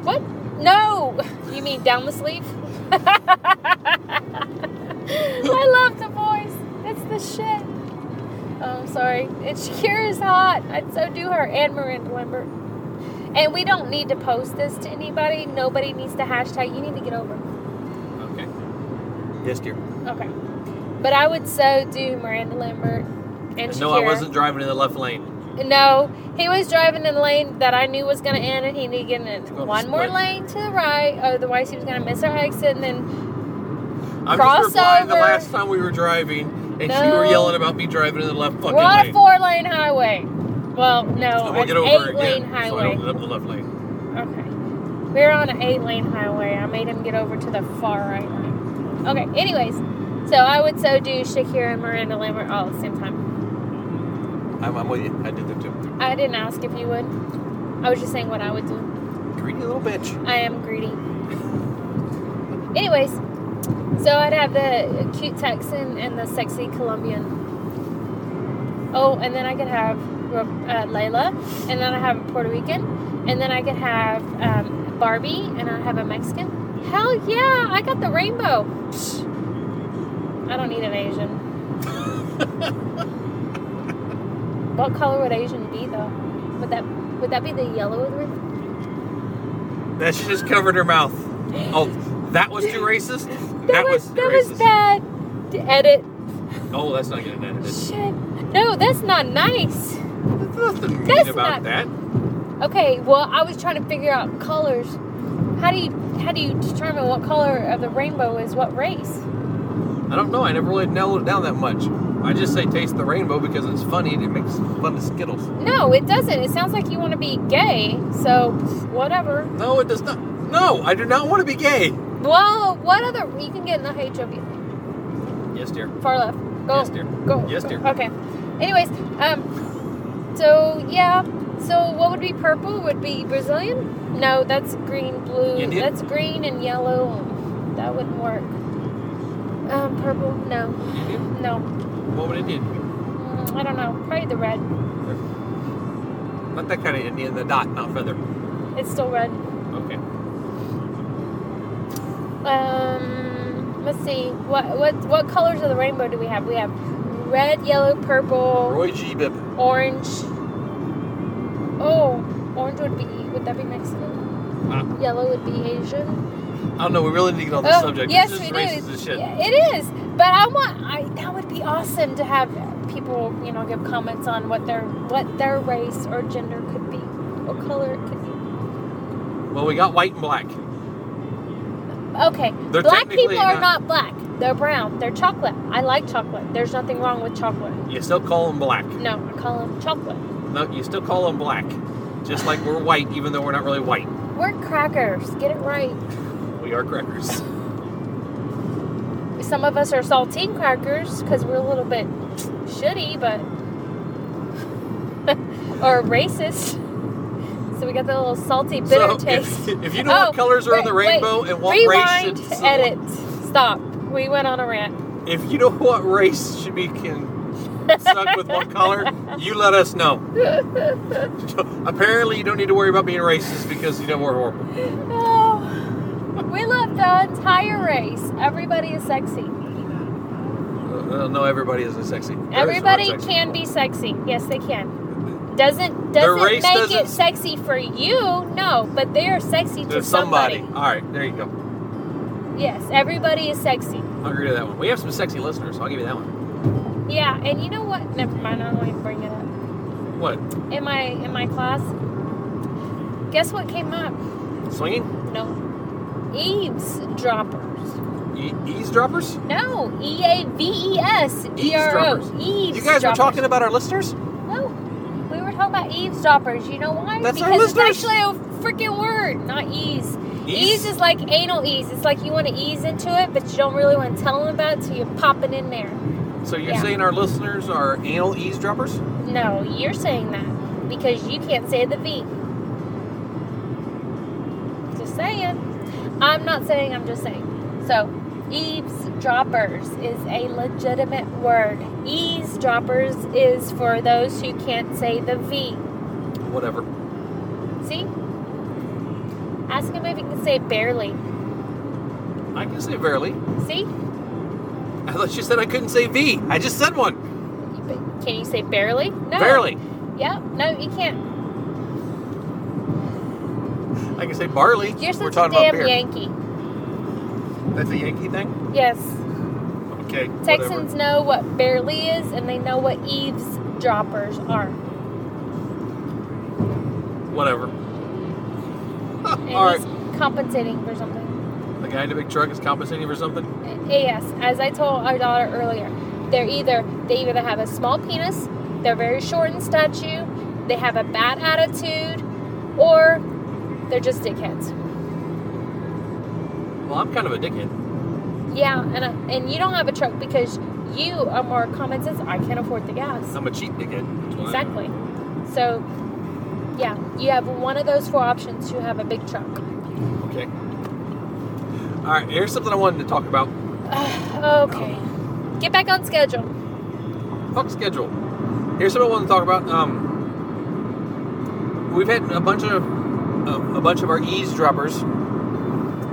Speaker 1: What? No! You mean down the sleeve? I love the voice. It's the shit. Oh, I'm sorry. And Shakira's hot. I'd so do her and Miranda Lambert. And we don't need to post this to anybody. Nobody needs to hashtag. You need to get over. it.
Speaker 2: Okay. Yes, dear.
Speaker 1: Okay. But I would so do Miranda Lambert and Shakira.
Speaker 2: no, I wasn't driving in the left lane.
Speaker 1: No, he was driving in the lane that I knew was going to end, and he needed to get in
Speaker 2: Go to
Speaker 1: one more
Speaker 2: split.
Speaker 1: lane to the right. Otherwise, he was going to miss our exit, and then
Speaker 2: I'm
Speaker 1: Cross
Speaker 2: just replying the
Speaker 1: over.
Speaker 2: last time we were driving, and you
Speaker 1: No.
Speaker 2: were yelling about me driving in the left fucking
Speaker 1: we're on
Speaker 2: lane.
Speaker 1: a four-lane highway. Well, no,
Speaker 2: And we'll
Speaker 1: an
Speaker 2: get over it
Speaker 1: eight-lane
Speaker 2: again. So I
Speaker 1: highway.
Speaker 2: don't end up in the left lane.
Speaker 1: okay, we're on an eight-lane highway. I made him get over to the far right lane. Okay. Anyways, so I would so do Shakira and Miranda Lambert all at the same time.
Speaker 2: I'm, I'm with you. I did that too.
Speaker 1: I didn't ask if you would. I was just saying what I would do.
Speaker 2: Greedy little bitch.
Speaker 1: I am greedy. Anyways, so I'd have the cute Texan and the sexy Colombian. Oh, and then I could have Ro- uh, Layla, and then I have a Puerto Rican, and then I could have um, Barbie, and I have a Mexican. Hell yeah, I got the rainbow. Psh, I don't need an Asian. what color would Asian be though? Would that would that be the yellow of the rainbow?
Speaker 2: That she just covered her mouth. Oh, that was too racist. That,
Speaker 1: That, was,
Speaker 2: too
Speaker 1: that
Speaker 2: racist.
Speaker 1: was bad. To edit.
Speaker 2: Oh, that's not getting edited.
Speaker 1: Shit. No, that's not nice.
Speaker 2: There's nothing mean
Speaker 1: That's not-
Speaker 2: about that.
Speaker 1: Okay, well, I was trying to figure out colors. How do you how do you determine what color of the rainbow is what race?
Speaker 2: I don't know. I never really nailed it down that much. I just say taste the rainbow because it's funny and it makes fun of Skittles.
Speaker 1: No, it doesn't. It sounds like you want to be gay. So whatever.
Speaker 2: No, it does not. No, I do not want to be gay.
Speaker 1: Well, what other? You can get in the HOV.
Speaker 2: Yes, dear.
Speaker 1: Far left. Go.
Speaker 2: Yes, dear.
Speaker 1: Go.
Speaker 2: Yes,
Speaker 1: go.
Speaker 2: dear.
Speaker 1: Okay. Anyways, um, so yeah. So what would be purple? Would be Brazilian? No, that's green, blue.
Speaker 2: Indian?
Speaker 1: That's green and yellow. That wouldn't work. Um, purple? No,
Speaker 2: Indian?
Speaker 1: no.
Speaker 2: What would Indian be?
Speaker 1: Mm, I don't know. Probably the red.
Speaker 2: Not that kind of Indian. The dot, not feather.
Speaker 1: It's still red.
Speaker 2: Okay.
Speaker 1: Um, let's see. What what what colors of the rainbow do we have? We have red, yellow, purple.
Speaker 2: Roy G. Bibb.
Speaker 1: Orange. Oh, orange would be. Would that be Mexican?
Speaker 2: Ah.
Speaker 1: Yellow would be Asian.
Speaker 2: I don't know. We really need to get on this
Speaker 1: Oh,
Speaker 2: subject.
Speaker 1: yes,
Speaker 2: this is
Speaker 1: we do.
Speaker 2: racist as shit.
Speaker 1: Yeah, it is. But I want. I that would be awesome to have people, you know, give comments on what their what their race or gender could be, what color it could be.
Speaker 2: Well, we got white and black.
Speaker 1: Okay,
Speaker 2: They're
Speaker 1: black
Speaker 2: technically
Speaker 1: people are
Speaker 2: not-
Speaker 1: not black. They're brown. They're chocolate. I like chocolate. There's nothing wrong with chocolate.
Speaker 2: You still call them black.
Speaker 1: No, I call them chocolate.
Speaker 2: No, you still call them black. Just like we're white, even though we're not really white.
Speaker 1: We're crackers. Get it right.
Speaker 2: We are crackers.
Speaker 1: Some of us are saltine crackers because we're a little bit shitty, but or racist. So we got that little salty bitter
Speaker 2: so
Speaker 1: taste.
Speaker 2: If, if you know what
Speaker 1: Oh,
Speaker 2: colors are in the
Speaker 1: wait, wait.
Speaker 2: rainbow and what
Speaker 1: Rewind.
Speaker 2: race should
Speaker 1: edit. Stop. We went on a rant.
Speaker 2: If you know what race should be can stuck with what color, you let us know. Apparently, you don't need to worry about being racist because you know we're horrible.
Speaker 1: Oh, we love the entire race. Everybody is sexy.
Speaker 2: Uh, no, everybody isn't sexy. There is no
Speaker 1: Everybody
Speaker 2: sexy.
Speaker 1: can be sexy. Yes, they can. Doesn't
Speaker 2: Their
Speaker 1: doesn't make
Speaker 2: race doesn't-
Speaker 1: it sexy for you. No, but they are sexy to
Speaker 2: There's somebody. All right, there you go.
Speaker 1: Yes, everybody is sexy.
Speaker 2: I'll agree to that one. We have some sexy listeners, so I'll give you that one.
Speaker 1: Yeah, and you know what? Never mind. I don't even bring it up.
Speaker 2: What?
Speaker 1: In my in my class, guess what came up?
Speaker 2: Swinging?
Speaker 1: No, eavesdroppers.
Speaker 2: E- eavesdroppers?
Speaker 1: No, E A V E S D R O.
Speaker 2: Eavesdroppers.
Speaker 1: Eavesdroppers.
Speaker 2: You guys were talking about our listeners?
Speaker 1: No, we were talking about eavesdroppers. You know why?
Speaker 2: That's our
Speaker 1: because it's
Speaker 2: listeners.
Speaker 1: actually a freaking word, not ease.
Speaker 2: Ease?
Speaker 1: Ease is like anal ease. It's like you want to ease into it, but you don't really want to tell them about it, so you pop it in there.
Speaker 2: So you're
Speaker 1: Yeah.
Speaker 2: saying our listeners are anal eavesdroppers?
Speaker 1: No, you're saying that because you can't say the V. Just saying. I'm not saying, I'm just saying. So, eavesdroppers is a legitimate word. Eavesdroppers is for those who can't say the V.
Speaker 2: Whatever.
Speaker 1: See? Ask him if he can say barely.
Speaker 2: I can say barely.
Speaker 1: See?
Speaker 2: I thought you said I couldn't say V. I just said one.
Speaker 1: Can you say barely? No.
Speaker 2: Barely.
Speaker 1: Yep. No, you can't.
Speaker 2: I can say barley.
Speaker 1: You're such
Speaker 2: We're
Speaker 1: a
Speaker 2: talking
Speaker 1: damn
Speaker 2: about beer.
Speaker 1: Yankee.
Speaker 2: That's a Yankee thing.
Speaker 1: Yes.
Speaker 2: Okay.
Speaker 1: Texans know what barely is, and they know what eavesdroppers are.
Speaker 2: Whatever. Whatever.
Speaker 1: And
Speaker 2: All
Speaker 1: he's compensating for something.
Speaker 2: The guy in the big truck is compensating for something.
Speaker 1: Yes, as I told our daughter earlier, they're either they either have a small penis, they're very short in stature, they have a bad attitude, or they're just dickheads.
Speaker 2: Well, I'm kind of a dickhead.
Speaker 1: Yeah, and I, and you don't have a truck because you are more common sense. I can't afford the gas.
Speaker 2: I'm a cheap dickhead. That's why.
Speaker 1: Exactly. So Yeah, you have one of those four options to have a big truck.
Speaker 2: Okay. All right. Here's something I wanted to talk about.
Speaker 1: Okay. Get back on schedule.
Speaker 2: Fuck schedule. Here's something I wanted to talk about. Um, we've had a bunch of uh, a bunch of our eavesdroppers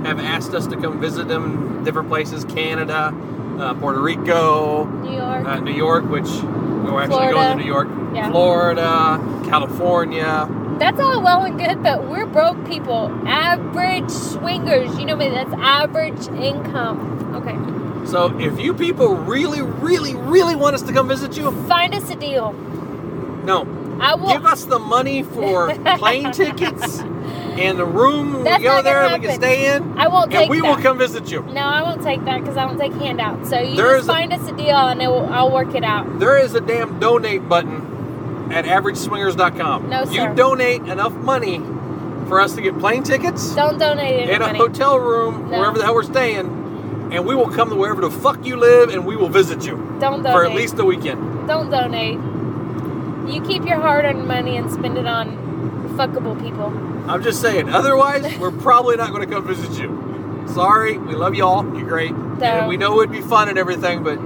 Speaker 2: have asked us to come visit them in different places: Canada, uh, Puerto Rico,
Speaker 1: New York.
Speaker 2: uh, New York, which we're actually going
Speaker 1: Florida.
Speaker 2: to New York,
Speaker 1: Yeah.
Speaker 2: Florida, California.
Speaker 1: That's all well and good, but we're broke people. Average swingers. You know me, that's average income. Okay.
Speaker 2: So if you people really, really, really want us to come visit you,
Speaker 1: Find us a deal.
Speaker 2: no,
Speaker 1: I will
Speaker 2: give us the money for plane tickets and the room
Speaker 1: That's
Speaker 2: we go
Speaker 1: not gonna
Speaker 2: there and we can
Speaker 1: happen.
Speaker 2: stay in,
Speaker 1: I won't take
Speaker 2: and we
Speaker 1: that.
Speaker 2: will come visit you.
Speaker 1: No, I won't take that because I don't take handouts. So you
Speaker 2: There
Speaker 1: just
Speaker 2: is a-
Speaker 1: find us a deal and it will, I'll work it out.
Speaker 2: There is a damn donate button at averageswingers.com.
Speaker 1: No, sir.
Speaker 2: You donate enough money for us to get plane tickets
Speaker 1: Don't donate any
Speaker 2: and a
Speaker 1: money.
Speaker 2: hotel room,
Speaker 1: No.
Speaker 2: wherever the hell we're staying, and we will come to wherever the fuck you live and we will visit you
Speaker 1: Don't donate.
Speaker 2: for at least a weekend.
Speaker 1: Don't donate. You keep your hard-earned money and spend it on fuckable people.
Speaker 2: I'm just saying, otherwise, we're probably not going to come visit you. Sorry, we love y'all. You're great.
Speaker 1: No.
Speaker 2: And we know it'd be fun and everything, but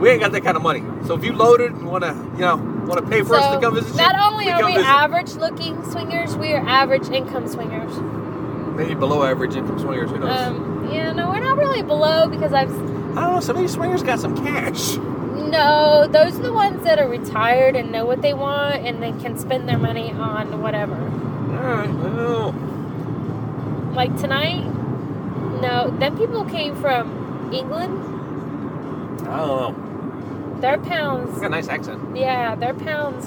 Speaker 2: we ain't got that kind of money. So if you loaded and want to, you know, want to pay for us to come visit
Speaker 1: not
Speaker 2: you,
Speaker 1: only
Speaker 2: we
Speaker 1: are
Speaker 2: come
Speaker 1: we
Speaker 2: visit.
Speaker 1: average-looking swingers, we are average income swingers.
Speaker 2: maybe below average income swingers, who knows?
Speaker 1: Um, yeah, no, we're not really below because I've
Speaker 2: I don't know. Some of these swingers got some cash.
Speaker 1: no. Those are the ones that are retired and know what they want and they can spend their money on whatever.
Speaker 2: All right. Well,
Speaker 1: Like tonight, no, them people came from England.
Speaker 2: I don't know.
Speaker 1: Their
Speaker 2: You
Speaker 1: pounds,
Speaker 2: got a nice accent.
Speaker 1: yeah, their pounds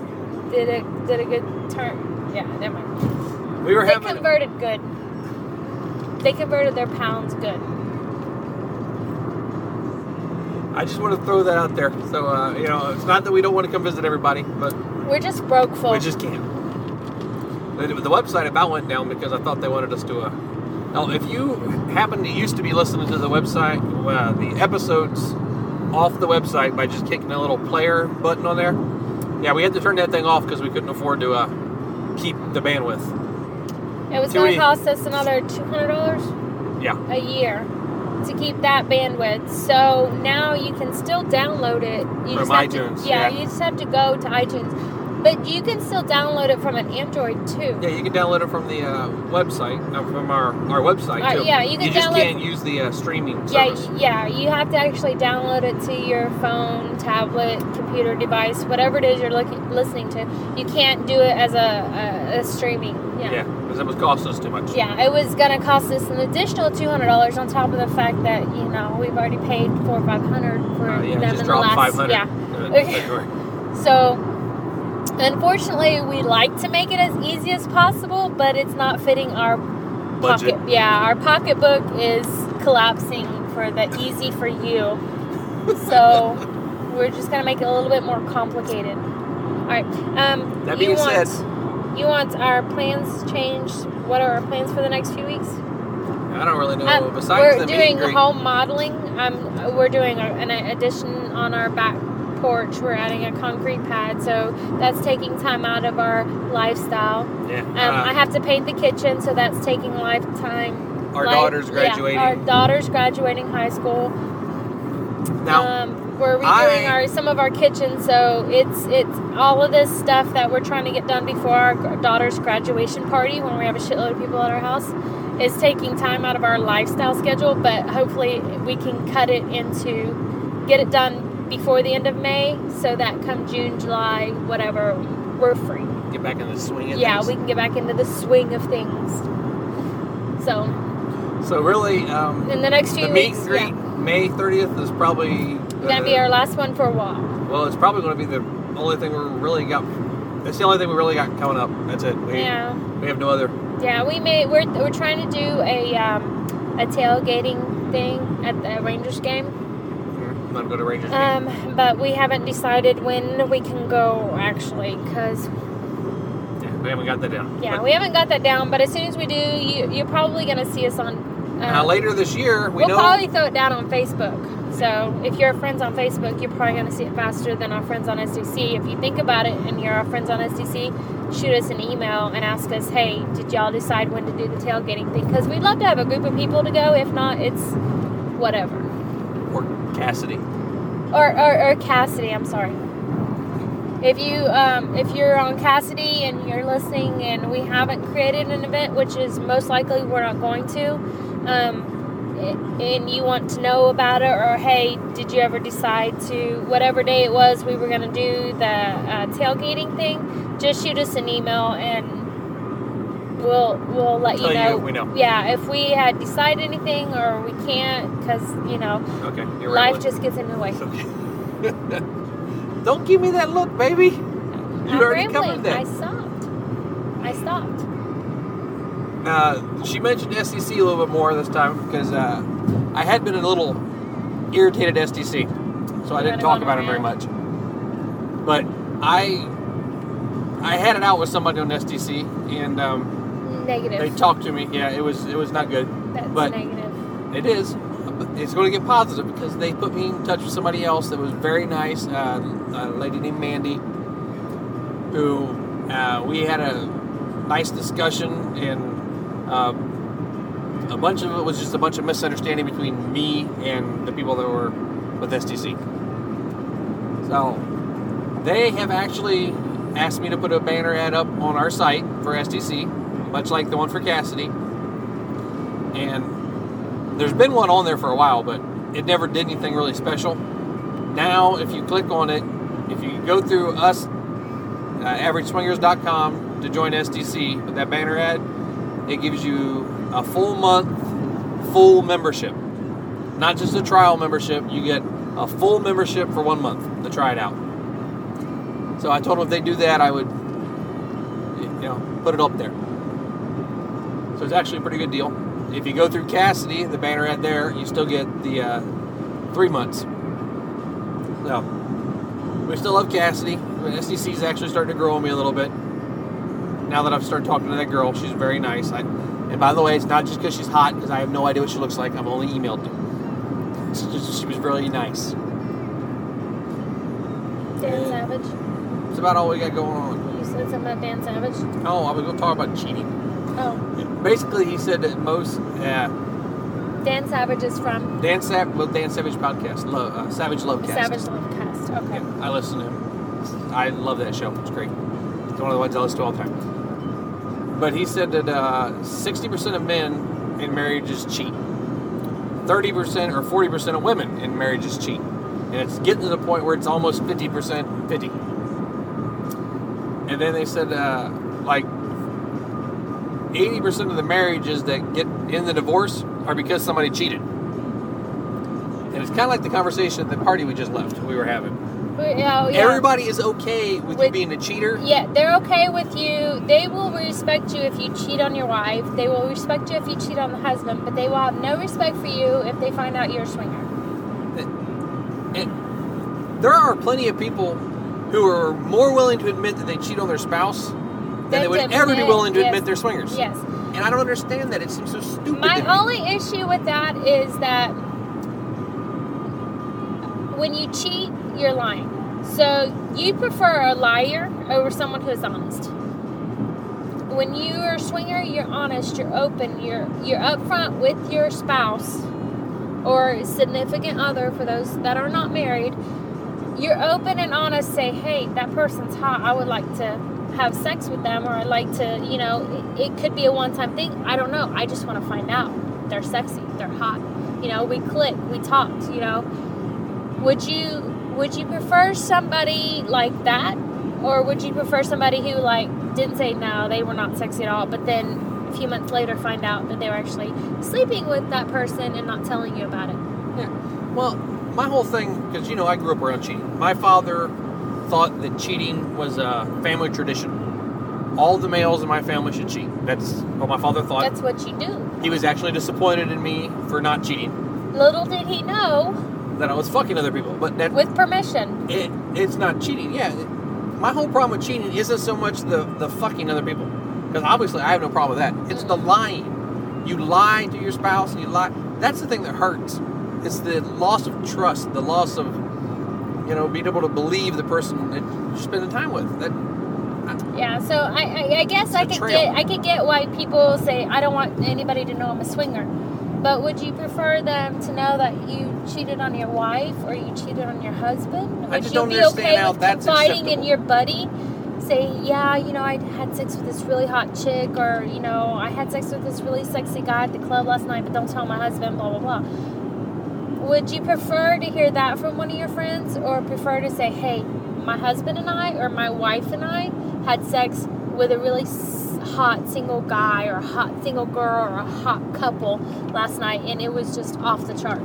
Speaker 1: did a did a good turn. Yeah, never mind.
Speaker 2: We were
Speaker 1: They
Speaker 2: having.
Speaker 1: converted good. They converted their pounds good.
Speaker 2: I just want to throw that out there. So uh, you know, it's not that we don't want to come visit everybody, but
Speaker 1: We're just broke folk.
Speaker 2: we just can't. The, the website about went down because I thought they wanted us to. Uh, now, if you happen to used to be listening to the website, uh, the episodes off the website by just kicking a little player button on there. Yeah, we had to turn that thing off because we couldn't afford to uh, keep the bandwidth.
Speaker 1: it was
Speaker 2: do
Speaker 1: going
Speaker 2: we-
Speaker 1: to cost us another two hundred dollars.
Speaker 2: Yeah.
Speaker 1: a year to keep that bandwidth. So now you can still download it. You
Speaker 2: From
Speaker 1: have to-
Speaker 2: iTunes,
Speaker 1: yeah,
Speaker 2: yeah.
Speaker 1: you just have to go to iTunes. But you can still download it from an Android too.
Speaker 2: Yeah, you can download it from the uh, website, uh, from our, our website
Speaker 1: Uh,
Speaker 2: too.
Speaker 1: yeah, you can
Speaker 2: just
Speaker 1: download-
Speaker 2: can't use the uh, streaming
Speaker 1: Yeah,
Speaker 2: service.
Speaker 1: y- yeah, you have to actually download it to your phone, tablet, computer device, whatever it is you're looking, listening to. You can't do it as a, a, a streaming.
Speaker 2: Yeah, because it was cost us too much.
Speaker 1: Yeah, it was gonna cost us an additional two hundred dollars on top of the fact that you know we've already paid four or five hundred for
Speaker 2: Uh, yeah,
Speaker 1: them
Speaker 2: just
Speaker 1: in the last
Speaker 2: dropped five hundred.
Speaker 1: yeah. So unfortunately, we like to make it as easy as possible, but it's not fitting our
Speaker 2: Budget.
Speaker 1: pocket. Yeah, our pocketbook is collapsing for the easy for you. So we're just gonna make it a little bit more complicated. All right. Um,
Speaker 2: That
Speaker 1: you
Speaker 2: being
Speaker 1: want,
Speaker 2: said,
Speaker 1: you want our plans changed? What are our plans for the next few weeks?
Speaker 2: I don't really know.
Speaker 1: Um,
Speaker 2: Besides
Speaker 1: we're
Speaker 2: the meet and
Speaker 1: doing
Speaker 2: greet,
Speaker 1: home modeling. Um, we're doing a, an addition on our back porch. We're adding a concrete pad, so that's taking time out of our lifestyle.
Speaker 2: yeah,
Speaker 1: Um,
Speaker 2: uh,
Speaker 1: I have to paint the kitchen, so that's taking lifetime.
Speaker 2: our
Speaker 1: life-
Speaker 2: daughter's
Speaker 1: yeah,
Speaker 2: graduating.
Speaker 1: our daughter's graduating high school.
Speaker 2: now,
Speaker 1: um, we're redoing
Speaker 2: I-
Speaker 1: our some of our kitchen, so it's it's all of this stuff that we're trying to get done before our gr- daughter's graduation party when we have a shitload of people at our house is taking time out of our lifestyle schedule, but hopefully we can cut it into get it done before the end of May so that come June, July, whatever, we're free.
Speaker 2: get back in the swing. of
Speaker 1: yeah, we
Speaker 2: things.
Speaker 1: can get back into the swing of things. So
Speaker 2: So really, um,
Speaker 1: in the next few
Speaker 2: the meet
Speaker 1: weeks,
Speaker 2: and greet Uh,
Speaker 1: yeah,
Speaker 2: May thirtieth is probably
Speaker 1: gonna be our last one for a while.
Speaker 2: Well, it's probably going to be the only thing we really got. It's the only thing we really got coming up. That's it. We,
Speaker 1: Yeah.
Speaker 2: we have no other.
Speaker 1: Yeah, we may we're we're trying to do a um, a tailgating thing at the Rangers game,
Speaker 2: I'm not going to Rangers. game.
Speaker 1: um, but we haven't decided when we can go actually because
Speaker 2: Yeah, we haven't got that down.
Speaker 1: yeah
Speaker 2: But,
Speaker 1: we haven't got that down. But as soon as we do, you you're probably gonna see us on. Uh,
Speaker 2: now later this year, we
Speaker 1: will
Speaker 2: know.
Speaker 1: probably throw it down on Facebook. So if you're friends on Facebook, you're probably gonna see it faster than our friends on SDC. If you think about it, and you're our friends on SDC, shoot us an email and ask us, hey, did y'all decide when to do the tailgating thing? Because we'd love to have a group of people to go. If not, it's whatever.
Speaker 2: Or Cassidy.
Speaker 1: or, or, or Cassidy. I'm sorry. If you um, if you're on Cassidy and you're listening, and we haven't created an event, which is most likely we're not going to, um, a- and you want to know about it, or hey, did you ever decide to whatever day it was we were going to do the uh, tailgating thing? Just shoot us an email and we'll we'll let
Speaker 2: Tell
Speaker 1: you
Speaker 2: you
Speaker 1: know.
Speaker 2: if we know.
Speaker 1: Yeah, if we had decided anything or we can't, because you know
Speaker 2: Okay. You're
Speaker 1: life
Speaker 2: rambling.
Speaker 1: just gets in the way.
Speaker 2: It's okay. Don't give me that look, baby. You
Speaker 1: I'm
Speaker 2: already
Speaker 1: rambling.
Speaker 2: covered that.
Speaker 1: I stopped. I stopped.
Speaker 2: Uh, she mentioned SDC a little bit more this time because uh, I had been a little irritated SDC, so I
Speaker 1: You wanna
Speaker 2: didn't talk
Speaker 1: go
Speaker 2: about it very much. But I I had it out with somebody on SDC, and um,
Speaker 1: Negative.
Speaker 2: they talked to me. Yeah, it was it was not good.
Speaker 1: That's
Speaker 2: but-
Speaker 1: negative.
Speaker 2: It is. But It's going to get positive because they put me in touch with somebody else that was very nice, uh, a lady named Mandy, who uh, we had a nice discussion, and uh, a bunch of it was just a bunch of misunderstanding between me and the people that were with STC. So they have actually asked me to put a banner ad up on our site for STC, much like the one for Cassidy. And there's been one on there for a while, but it never did anything really special. Now, if you click on it, if you go through us, uh, averageswingers.com to join SDC with that banner ad, it gives you a full month, full membership. Not just a trial membership, you get a full membership for one month to try it out. So I told them if they do that, I would, you know, put it up there. So it's actually a pretty good deal. If you go through Cassidy, the banner ad there, you still get the uh, three months. So we still love Cassidy. But SDC is actually starting to grow on me a little bit. Now that I've started talking to that girl, she's very nice. I, and by the way, it's not just because she's hot, because I have no idea what she looks like. I've only emailed her. It's just- she was really nice.
Speaker 1: Dan
Speaker 2: Yeah.
Speaker 1: Savage.
Speaker 2: It's about all we got going on.
Speaker 1: You said something about Dan Savage.
Speaker 2: Oh, I was going to talk about cheating.
Speaker 1: Oh,
Speaker 2: Basically, he said that most. Uh,
Speaker 1: Dan Savage is from
Speaker 2: Dan Sav- well, Dan Savage podcast, Lo- uh, Savage Lovecast.
Speaker 1: the Savage Love Cast. Okay.
Speaker 2: Yeah, I listen to him. I love that show. It's great. It's one of the ones I listen to all the time. But he said that uh, sixty percent of men in marriages cheat. Thirty percent or forty percent of women in marriages cheat, and it's getting to the point where it's almost fifty percent, fifty. And then they said uh, like eighty percent of the marriages that get in the divorce are because somebody cheated. And it's kind of like the conversation at the party we just left. We were having.
Speaker 1: But, yeah, oh, yeah.
Speaker 2: Everybody is okay with, you
Speaker 1: With-
Speaker 2: being a cheater.
Speaker 1: Yeah, they're okay with you. They will respect you if you cheat on your wife. They will respect you if you cheat on the husband, but they will have no respect for you if they find out you're a swinger.
Speaker 2: And there are plenty of people who are more willing to admit that they cheat on their spouse than
Speaker 1: Than
Speaker 2: they would
Speaker 1: to
Speaker 2: ever be
Speaker 1: admit-
Speaker 2: willing to
Speaker 1: yes.
Speaker 2: admit they're swingers.
Speaker 1: Yes.
Speaker 2: And I don't understand that. It seems so stupid.
Speaker 1: My
Speaker 2: to me.
Speaker 1: only issue with that is that when you cheat, you're lying. So you prefer a liar over someone who's honest. When you are a swinger, you're honest, you're open, you're you're upfront with your spouse or significant other for those that are not married. You're open and honest, say, hey, that person's hot. I would like to have sex with them, or I'd like to, you know, it, it could be a one time thing. I don't know. I just want to find out. They're sexy, they're hot. You know, we click, we talked, you know. Would you would you prefer somebody like that? Or would you prefer somebody who like didn't say no, they were not sexy at all, but then a few months later find out that they were actually sleeping with that person and not telling you about it?
Speaker 2: Yeah. Well, my whole thing, because you know, I grew up around cheating. My father thought that cheating was a family tradition. All the males in my family should cheat. That's what my father thought.
Speaker 1: That's what you do.
Speaker 2: he was actually disappointed in me for not cheating,
Speaker 1: Little did he know,
Speaker 2: that I was fucking other people. But that
Speaker 1: with permission.
Speaker 2: it, it's not cheating. Yeah, it- my whole problem with cheating isn't so much the the fucking other people, because obviously I have no problem with that. It's the lying. You lie to your spouse, and you lie. That's the thing that hurts. It's the loss of trust, the loss of you know being able to believe the person that you're spending time with. That I-
Speaker 1: Yeah, so I, I, I guess I
Speaker 2: a
Speaker 1: could
Speaker 2: trail.
Speaker 1: get I could get why people say I don't want anybody to know I'm a swinger, but would you prefer them to know that you cheated on your wife or you cheated on your husband? Would
Speaker 2: I just
Speaker 1: you
Speaker 2: don't
Speaker 1: be
Speaker 2: understand
Speaker 1: okay
Speaker 2: how
Speaker 1: with
Speaker 2: that's
Speaker 1: confiding in
Speaker 2: acceptable.
Speaker 1: your buddy? Say, yeah, you know, I had sex with this really hot chick, or you know, I had sex with this really sexy guy at the club last night, but don't tell my husband. Blah blah blah. Would you prefer to hear that from one of your friends or prefer to say, hey, my husband and I or my wife and I had sex with a really s- hot single guy or a hot single girl or a hot couple last night and it was just off the chart?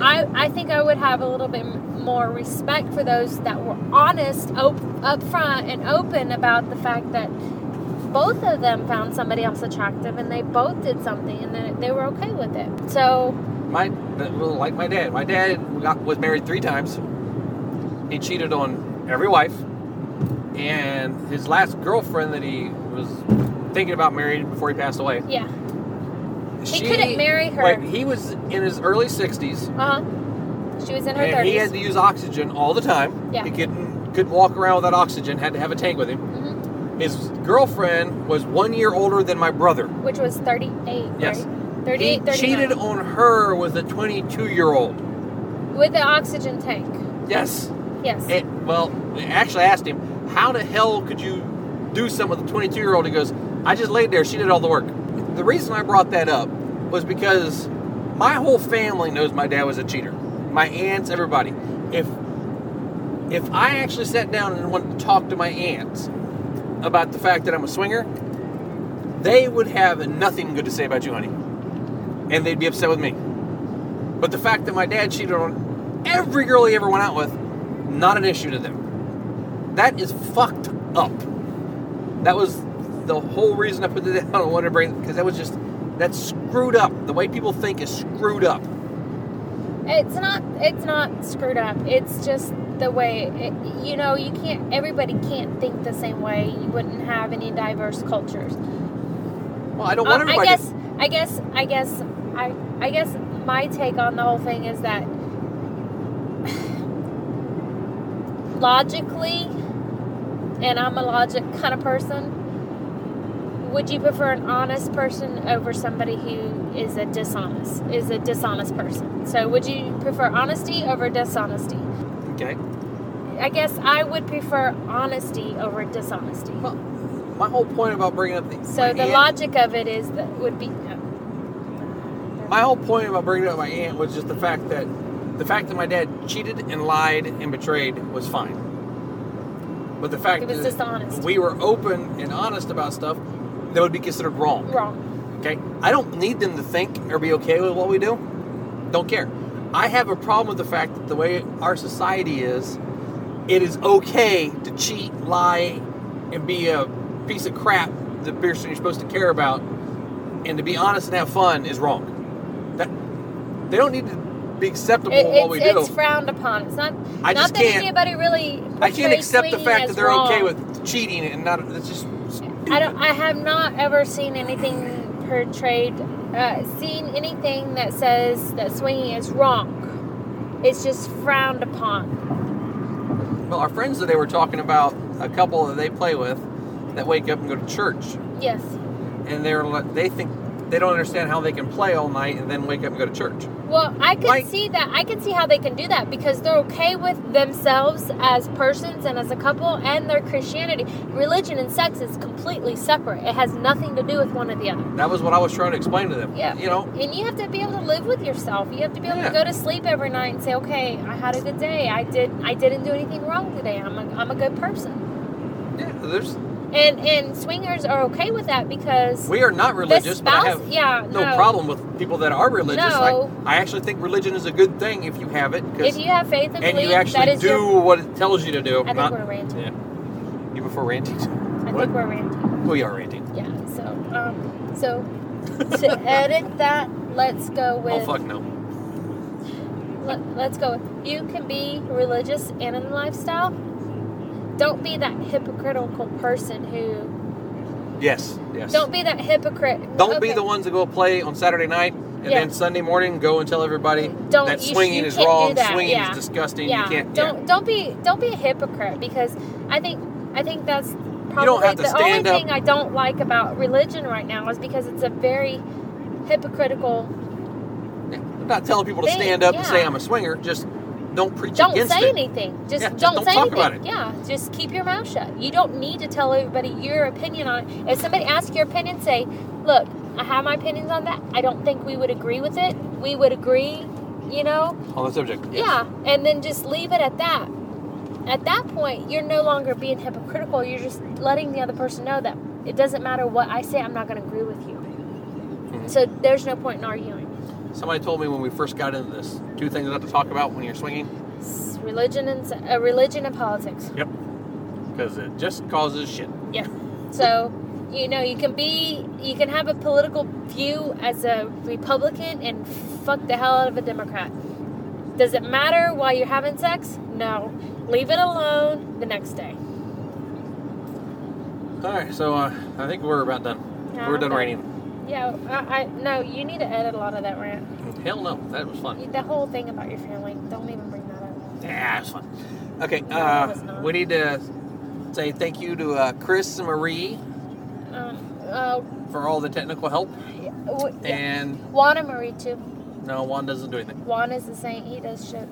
Speaker 1: I, I think I would have a little bit m- more respect for those that were honest, op- upfront, and open about the fact that both of them found somebody else attractive and they both did something and then they were okay with it. So,
Speaker 2: My but, well, like my dad. My dad got, was married three times. He cheated on every wife, and his last girlfriend that he was thinking about marrying before he passed away.
Speaker 1: yeah. He
Speaker 2: she-
Speaker 1: couldn't marry her.
Speaker 2: Wait, he was in his early sixties,
Speaker 1: Uh huh. She was in her
Speaker 2: and he had
Speaker 1: thirties.
Speaker 2: to use oxygen all the time.
Speaker 1: Yeah.
Speaker 2: He couldn't couldn't walk around without oxygen. Had to have a tank with him.
Speaker 1: hmm
Speaker 2: His girlfriend was one year older than my brother.
Speaker 1: Which was thirty-eight.
Speaker 2: Yes.
Speaker 1: Right?
Speaker 2: He
Speaker 1: Thirty-eight. 39.
Speaker 2: cheated on her with a 22 year old.
Speaker 1: with the oxygen tank.
Speaker 2: Yes.
Speaker 1: Yes.
Speaker 2: It, well, I actually asked him, how the hell could you do something with a 22 year old? He goes, I just laid there. She did all the work. The reason I brought that up was because my whole family knows my dad was a cheater. My aunts, everybody. If if I actually sat down and wanted to talk to my aunts about the fact that I'm a swinger, they would have nothing good to say about you, honey, and they'd be upset with me. But the fact that my dad cheated on every girl he ever went out with, not an issue to them. That is fucked up. That was the whole reason I put that down on Wonder Brain because that was just that's screwed up. The way people think is screwed up.
Speaker 1: it's not. It's not screwed up. It's just the way. It, you know, you can't. Everybody can't think the same way. You wouldn't have any diverse cultures.
Speaker 2: Well, I don't want
Speaker 1: Um, I
Speaker 2: everybody.
Speaker 1: guess. I guess. I guess. I. I guess my take on the whole thing is that logically, and I'm a logic kind of person. Would you prefer an honest person over somebody who is a dishonest? Is a dishonest person. So would you prefer honesty over dishonesty?
Speaker 2: To, okay.
Speaker 1: I guess I would prefer honesty over dishonesty.
Speaker 2: Well, my whole point about bringing up the
Speaker 1: So
Speaker 2: my
Speaker 1: the
Speaker 2: aunt-
Speaker 1: logic of it is that would be.
Speaker 2: my whole point about bringing up my aunt was just the fact that the fact that my dad cheated and lied and betrayed was fine. But the fact
Speaker 1: It was
Speaker 2: that
Speaker 1: dishonest.
Speaker 2: we were open and honest about stuff that would be considered wrong.
Speaker 1: wrong.
Speaker 2: Okay? I don't need them to think or be okay with what we do. Don't care. I have a problem with the fact that the way our society is, it is okay to cheat, lie, and be a piece of crap the person you're supposed to care about, and to be honest and have fun is wrong. That they don't need to be acceptable
Speaker 1: It,
Speaker 2: in what we
Speaker 1: it's, it's
Speaker 2: do.
Speaker 1: frowned upon. It's not.
Speaker 2: I
Speaker 1: not
Speaker 2: just
Speaker 1: that
Speaker 2: can't-
Speaker 1: anybody really.
Speaker 2: I can't
Speaker 1: portrays
Speaker 2: accept the
Speaker 1: swinging
Speaker 2: fact
Speaker 1: as
Speaker 2: that they're okay
Speaker 1: wrong.
Speaker 2: with cheating and not. That's just. Stupid.
Speaker 1: I don't. I have not ever seen anything portrayed, uh, seen anything that says that swinging is wrong. It's just frowned upon.
Speaker 2: Well, our friends that they were talking about, a couple that they play with, that wake up and go to church,
Speaker 1: Yes.
Speaker 2: and they're like- they think they don't understand how they can play all night and then wake up and go to church.
Speaker 1: Well, I could
Speaker 2: Like-
Speaker 1: see that. I can see how they can do that because they're okay with themselves as persons and as a couple and their Christianity. Religion and sex is completely separate. It has nothing to do with one or the other.
Speaker 2: That was what I was trying to explain to them.
Speaker 1: Yeah.
Speaker 2: you know,
Speaker 1: And you have to be able to live with yourself. You have to be able
Speaker 2: Yeah.
Speaker 1: to go to sleep every night and say, "Okay, I had a good day. I did. I didn't do anything wrong today. I'm a, I'm a good person."
Speaker 2: yeah. There's
Speaker 1: And and swingers are okay with that because
Speaker 2: we are not
Speaker 1: the
Speaker 2: religious, but
Speaker 1: spouse,
Speaker 2: I have
Speaker 1: yeah,
Speaker 2: no, problem with people that are religious.
Speaker 1: No.
Speaker 2: I, I actually think religion is a good thing if you have it, 'cause-
Speaker 1: If you have faith and,
Speaker 2: and
Speaker 1: belief,
Speaker 2: you actually
Speaker 1: that is
Speaker 2: do
Speaker 1: your.
Speaker 2: what it tells you to do.
Speaker 1: I think
Speaker 2: not-
Speaker 1: we're ranting.
Speaker 2: yeah. You before ranting?
Speaker 1: I
Speaker 2: What?
Speaker 1: think we're ranting.
Speaker 2: We are ranting.
Speaker 1: Yeah. So um, so to edit that, let's go with.
Speaker 2: oh fuck no.
Speaker 1: Let, let's go. with, You can be religious and in the lifestyle. Don't be that hypocritical person who.
Speaker 2: Yes, yes.
Speaker 1: Don't be that hypocrite.
Speaker 2: Don't be
Speaker 1: Okay.
Speaker 2: the ones that go play on Saturday night and
Speaker 1: Yeah.
Speaker 2: then Sunday morning go and tell everybody
Speaker 1: Don't-
Speaker 2: that
Speaker 1: you sh-
Speaker 2: swinging
Speaker 1: you
Speaker 2: is
Speaker 1: can't do
Speaker 2: wrong,
Speaker 1: that,
Speaker 2: swinging
Speaker 1: yeah.
Speaker 2: is disgusting.
Speaker 1: Yeah.
Speaker 2: You can't.
Speaker 1: Don't don't be don't be a hypocrite because I think I think that's
Speaker 2: don't
Speaker 1: probably
Speaker 2: have to
Speaker 1: the
Speaker 2: stand
Speaker 1: only
Speaker 2: up-
Speaker 1: thing I don't like about religion right now is because it's a very hypocritical.
Speaker 2: Yeah, I'm not telling people to
Speaker 1: They-
Speaker 2: stand up and say
Speaker 1: yeah.
Speaker 2: I'm a swinger. Just don't preach
Speaker 1: Don't
Speaker 2: against
Speaker 1: say
Speaker 2: it.
Speaker 1: anything. Just,
Speaker 2: Yeah, just
Speaker 1: don't
Speaker 2: don't
Speaker 1: say
Speaker 2: talk
Speaker 1: anything.
Speaker 2: about it.
Speaker 1: Yeah, just keep your mouth shut. You don't need to tell everybody your opinion on it. If somebody asks your opinion, say, "Look, I have my opinions on that. I don't think we would agree with it. We would agree, you know,
Speaker 2: on the subject.
Speaker 1: Yeah, and then just leave it at that. At that point, you're no longer being hypocritical. You're just letting the other person know that it doesn't matter what I say, I'm not going to agree with you. So there's no point in arguing.
Speaker 2: Somebody told me when we first got into this, two things not to talk about when you're swinging.
Speaker 1: It's religion and s- uh, religion and politics.
Speaker 2: Yep. Because it just causes shit.
Speaker 1: Yeah. So, you know, you can be, you can have a political view as a Republican and fuck the hell out of a Democrat. Does it matter while you're having sex? No. Leave it alone the next day.
Speaker 2: All right, so uh, I think we're about done.
Speaker 1: Yeah,
Speaker 2: we're
Speaker 1: I'm
Speaker 2: done
Speaker 1: done.
Speaker 2: raining.
Speaker 1: Yeah, I, I no, you need to edit a lot of that rant.
Speaker 2: Hell no, that was fun.
Speaker 1: The whole thing about your family. Don't even bring that up.
Speaker 2: Yeah, it was fun. Okay,
Speaker 1: No, it was
Speaker 2: uh,
Speaker 1: not.
Speaker 2: we need to say thank you to uh, Chris and Marie
Speaker 1: Um, uh,
Speaker 2: for all the technical help.
Speaker 1: yeah, w- yeah.
Speaker 2: And
Speaker 1: Juan and Marie too.
Speaker 2: no, Juan doesn't do anything.
Speaker 1: Juan is the saint. He does shit.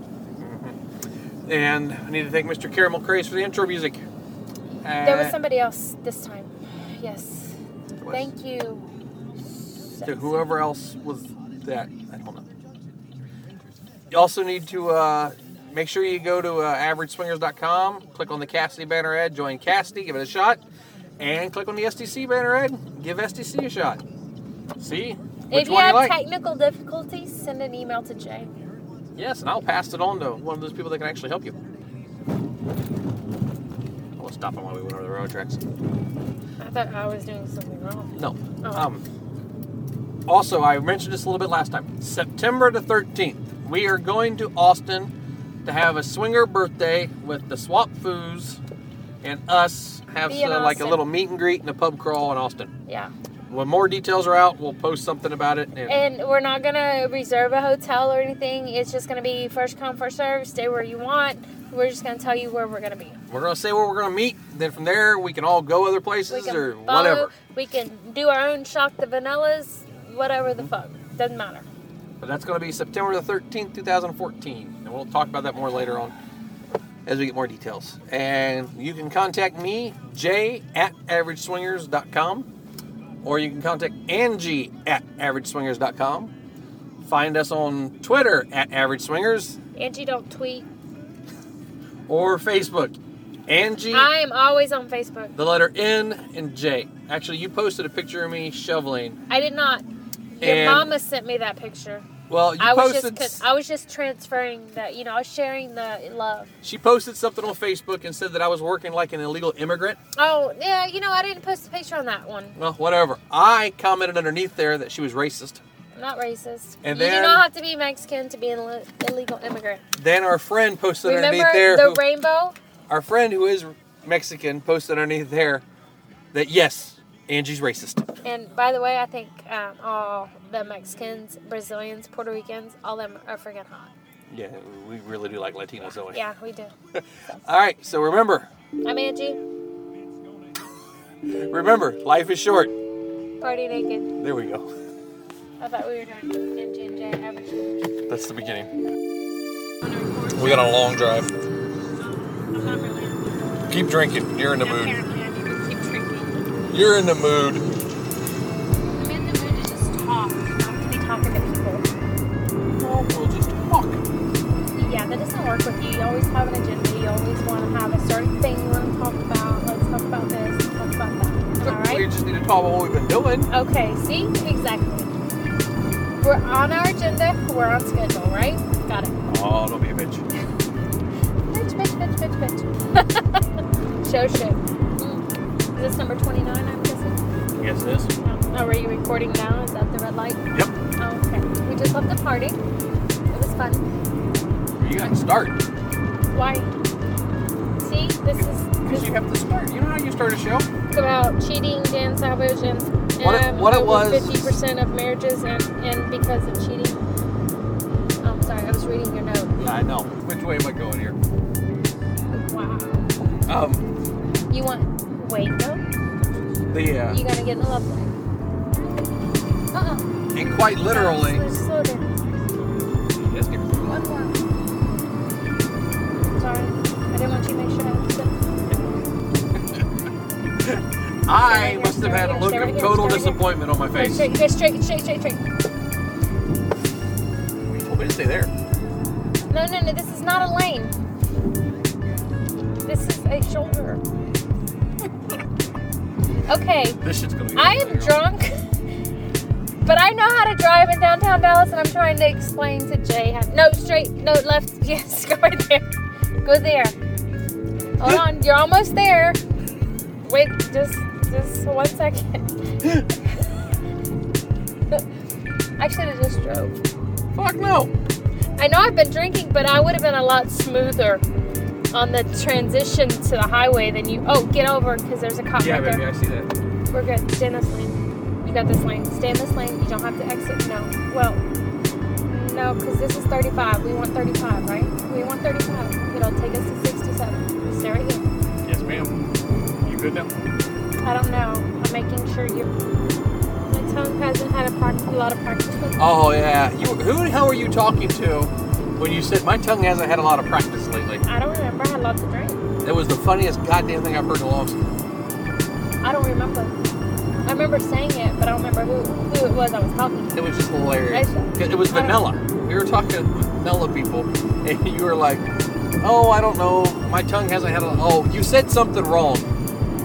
Speaker 2: And I need to thank Mr. Caramel Craze for the intro music.
Speaker 1: there was
Speaker 2: Uh,
Speaker 1: somebody else this time. Yes.
Speaker 2: was-
Speaker 1: Thank you.
Speaker 2: to whoever else was that. I don't know. You also need to uh, make sure you go to uh, averageswingers.com, click on the Cassidy banner ad, join Cassidy, give it a shot, and click on the SDC banner ad, give SDC a shot. See which
Speaker 1: if you
Speaker 2: one you
Speaker 1: have
Speaker 2: like.
Speaker 1: technical difficulties, send an email to Jay.
Speaker 2: yes, and I'll pass it on to one of those people that can actually help you. I will stop on while we went over the road tracks.
Speaker 1: I thought I was doing something wrong.
Speaker 2: No.
Speaker 1: Oh.
Speaker 2: Um, also, I mentioned this a little bit last time. September the 13th, we are going to Austin to have a swinger birthday with the Swap Foos and us have
Speaker 1: Be in
Speaker 2: uh, like a
Speaker 1: Austin.
Speaker 2: little meet and greet and a pub crawl in Austin.
Speaker 1: Yeah.
Speaker 2: When more details are out, we'll post something about it. And,
Speaker 1: And we're not gonna reserve a hotel or anything. It's just gonna be first come, first serve. Stay where you want. We're just gonna tell you where we're gonna be.
Speaker 2: we're going to say where we're going to meet. Then from there, we can all go other
Speaker 1: We
Speaker 2: places
Speaker 1: can
Speaker 2: or
Speaker 1: follow-
Speaker 2: whatever.
Speaker 1: We can do our own shock the vanillas, whatever the fuck. Doesn't matter.
Speaker 2: But that's going to be September the 13th, 2014. And we'll talk about that more later on as we get more details. And you can contact me, Jay at averageswingers.com, or you can contact Angie at averageswingers.com. Find us on Twitter at Average Swingers
Speaker 1: Angie, don't tweet.
Speaker 2: or Facebook. Angie,
Speaker 1: I am always on Facebook.
Speaker 2: the letter N and J. Actually, you posted a picture of me shoveling.
Speaker 1: I did not. Your
Speaker 2: And-
Speaker 1: mama sent me that picture.
Speaker 2: Well, you
Speaker 1: I was
Speaker 2: posted.
Speaker 1: just con- I was just transferring the you know I was sharing the love.
Speaker 2: she posted something on Facebook and said that I was working like an illegal immigrant.
Speaker 1: Oh yeah, you know I didn't post a picture on that one.
Speaker 2: Well, whatever. I commented underneath there that she was racist.
Speaker 1: I'm not racist.
Speaker 2: And
Speaker 1: you
Speaker 2: then-
Speaker 1: do not have to be Mexican to be an Ill- illegal immigrant.
Speaker 2: Then our friend posted
Speaker 1: Remember
Speaker 2: underneath there.
Speaker 1: the
Speaker 2: who-
Speaker 1: rainbow?
Speaker 2: our friend who is Mexican posted underneath there that yes, Angie's racist.
Speaker 1: And by the way, I think um, all the Mexicans, Brazilians, Puerto Ricans, all them are freaking hot.
Speaker 2: Yeah, we really do like Latinos, don't we?
Speaker 1: Yeah, we do.
Speaker 2: All right. So remember,
Speaker 1: I'm Angie.
Speaker 2: remember, life is short.
Speaker 1: Party naked.
Speaker 2: There we go.
Speaker 1: I thought we were doing Angie and Jay average.
Speaker 2: That's the beginning. We got a long drive.
Speaker 1: I'm not really in the mood.
Speaker 2: Keep drinking. You're in the
Speaker 1: Apparently, I need to keep drinking.
Speaker 2: You're in the mood.
Speaker 1: I'm in the mood to just talk, not to be talking to people.
Speaker 2: Well, we'll just walk.
Speaker 1: Yeah, that doesn't work with you. You always have an agenda. You always want to have a certain thing you want to talk about. Let's talk about this. Let's talk about that. All right.
Speaker 2: We just need to talk about what we've been doing.
Speaker 1: Okay, see? Exactly. We're on our agenda, we're on schedule, right? Got it.
Speaker 2: Oh, don't be a bitch.
Speaker 1: Bitch, bitch, bitch, bitch, bitch. Show shit. Mm. Is this number 29, I'm guessing?
Speaker 2: Yes, it is.
Speaker 1: Oh, are you recording now? Is that the red light?
Speaker 2: Yep.
Speaker 1: Oh, okay. We just left the party. It was fun.
Speaker 2: You got to start.
Speaker 1: Why? See, this is
Speaker 2: Because you have to start. You know how you start a show?
Speaker 1: it's about cheating, Dan Savage, and
Speaker 2: What it-
Speaker 1: um,
Speaker 2: what it
Speaker 1: over
Speaker 2: was-
Speaker 1: 50% of marriages and, and because of cheating. Oh, I'm sorry, I was reading your note.
Speaker 2: Yeah, I know. Which way am I going here?
Speaker 1: Wow.
Speaker 2: Um,
Speaker 1: You want Wait, no.
Speaker 2: The uh,
Speaker 1: You're gonna get in the love line. Uh-uh.
Speaker 2: and quite literally.
Speaker 1: Slow down.
Speaker 2: Yes, dear.
Speaker 1: One more. Sorry. I didn't want you to make sure I was sick.
Speaker 2: I must have had a look of total disappointment on my
Speaker 1: Go
Speaker 2: face.
Speaker 1: Straight, go straight, straight, straight, straight.
Speaker 2: You told me to stay there.
Speaker 1: No, no, no. This is not a lane. This is a shoulder. Okay.
Speaker 2: This shit's gonna be.
Speaker 1: I am drunk, but I know how to drive in downtown Dallas, and I'm trying to explain to Jay how. No, straight. No, left. Yes, go right there. Go there. Hold on, you're almost there. Wait, just just one second. I should have just drove.
Speaker 2: Fuck no.
Speaker 1: I know I've been drinking, but I would have been a lot smoother on the transition to the highway than you. Oh, get over because there's a cop
Speaker 2: Yeah,
Speaker 1: right there.
Speaker 2: baby, I see that.
Speaker 1: We're good. Stay in this lane. You got this lane. Stay in this lane. You don't have to exit. No. Well, no, because this is 35. We want 35, right? We want 35. It'll take us to 67. Stay right here.
Speaker 2: Yes, ma'am. You good now?
Speaker 1: I don't know. I'm making sure you. My tongue hasn't had a, prac- a lot of practice. with-
Speaker 2: Oh yeah. You who the hell were you talking to when you said my tongue hasn't had a lot of practice lately?
Speaker 1: I don't remember. I had lots of drink.
Speaker 2: That was the funniest goddamn thing I've heard in a long time.
Speaker 1: I don't remember. I remember saying it, but I don't remember who, who it was I was talking to.
Speaker 2: It was just hilarious.
Speaker 1: I-
Speaker 2: It was
Speaker 1: I don't-
Speaker 2: vanilla. We were talking to vanilla people, and you were like, "Oh, I don't know. My tongue hasn't had a. Oh, you said something wrong.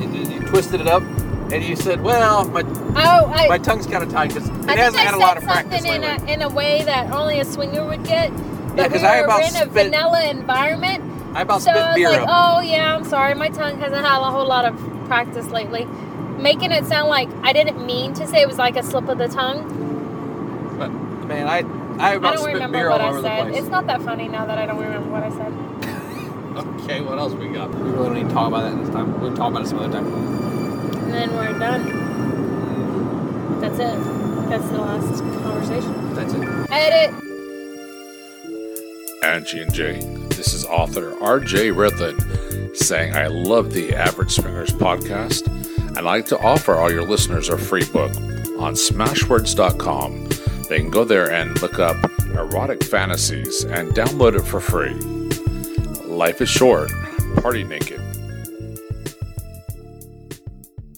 Speaker 2: You, you- you twisted it up, and you said, "Well, my
Speaker 1: Oh, I.
Speaker 2: my tongue's kind of tied because it
Speaker 1: I
Speaker 2: hasn't
Speaker 1: think I
Speaker 2: had
Speaker 1: said
Speaker 2: a lot of practice
Speaker 1: something in
Speaker 2: lately."
Speaker 1: a, in a way that only a swinger would get.
Speaker 2: Yeah,
Speaker 1: But we
Speaker 2: 'cause I
Speaker 1: were
Speaker 2: about
Speaker 1: in a
Speaker 2: spit-
Speaker 1: vanilla environment,
Speaker 2: I about
Speaker 1: so
Speaker 2: spit
Speaker 1: I was
Speaker 2: beer
Speaker 1: like,
Speaker 2: up.
Speaker 1: "Oh yeah, I'm sorry. My tongue hasn't had a whole lot of practice lately." Making it sound like I didn't mean to say it was like a slip of the tongue.
Speaker 2: But, man, I I
Speaker 1: oh. I
Speaker 2: about
Speaker 1: don't
Speaker 2: spit
Speaker 1: remember
Speaker 2: beer
Speaker 1: what
Speaker 2: all
Speaker 1: I
Speaker 2: over the
Speaker 1: said.
Speaker 2: place.
Speaker 1: It's not that funny now that I don't remember what I said.
Speaker 2: Okay, what else we got? We really don't need to talk about that this time. We'll talk about it some other time.
Speaker 1: And then we're done. That's it. That's the last conversation.
Speaker 2: That's it.
Speaker 1: Edit.
Speaker 3: Angie and Jay. This is author RJ Redlin saying, I love the Average Swingers podcast. I'd like to offer all your listeners a free book on smashwords.com. They can go there and look up erotic fantasies and download it for free. Life is short. Party naked.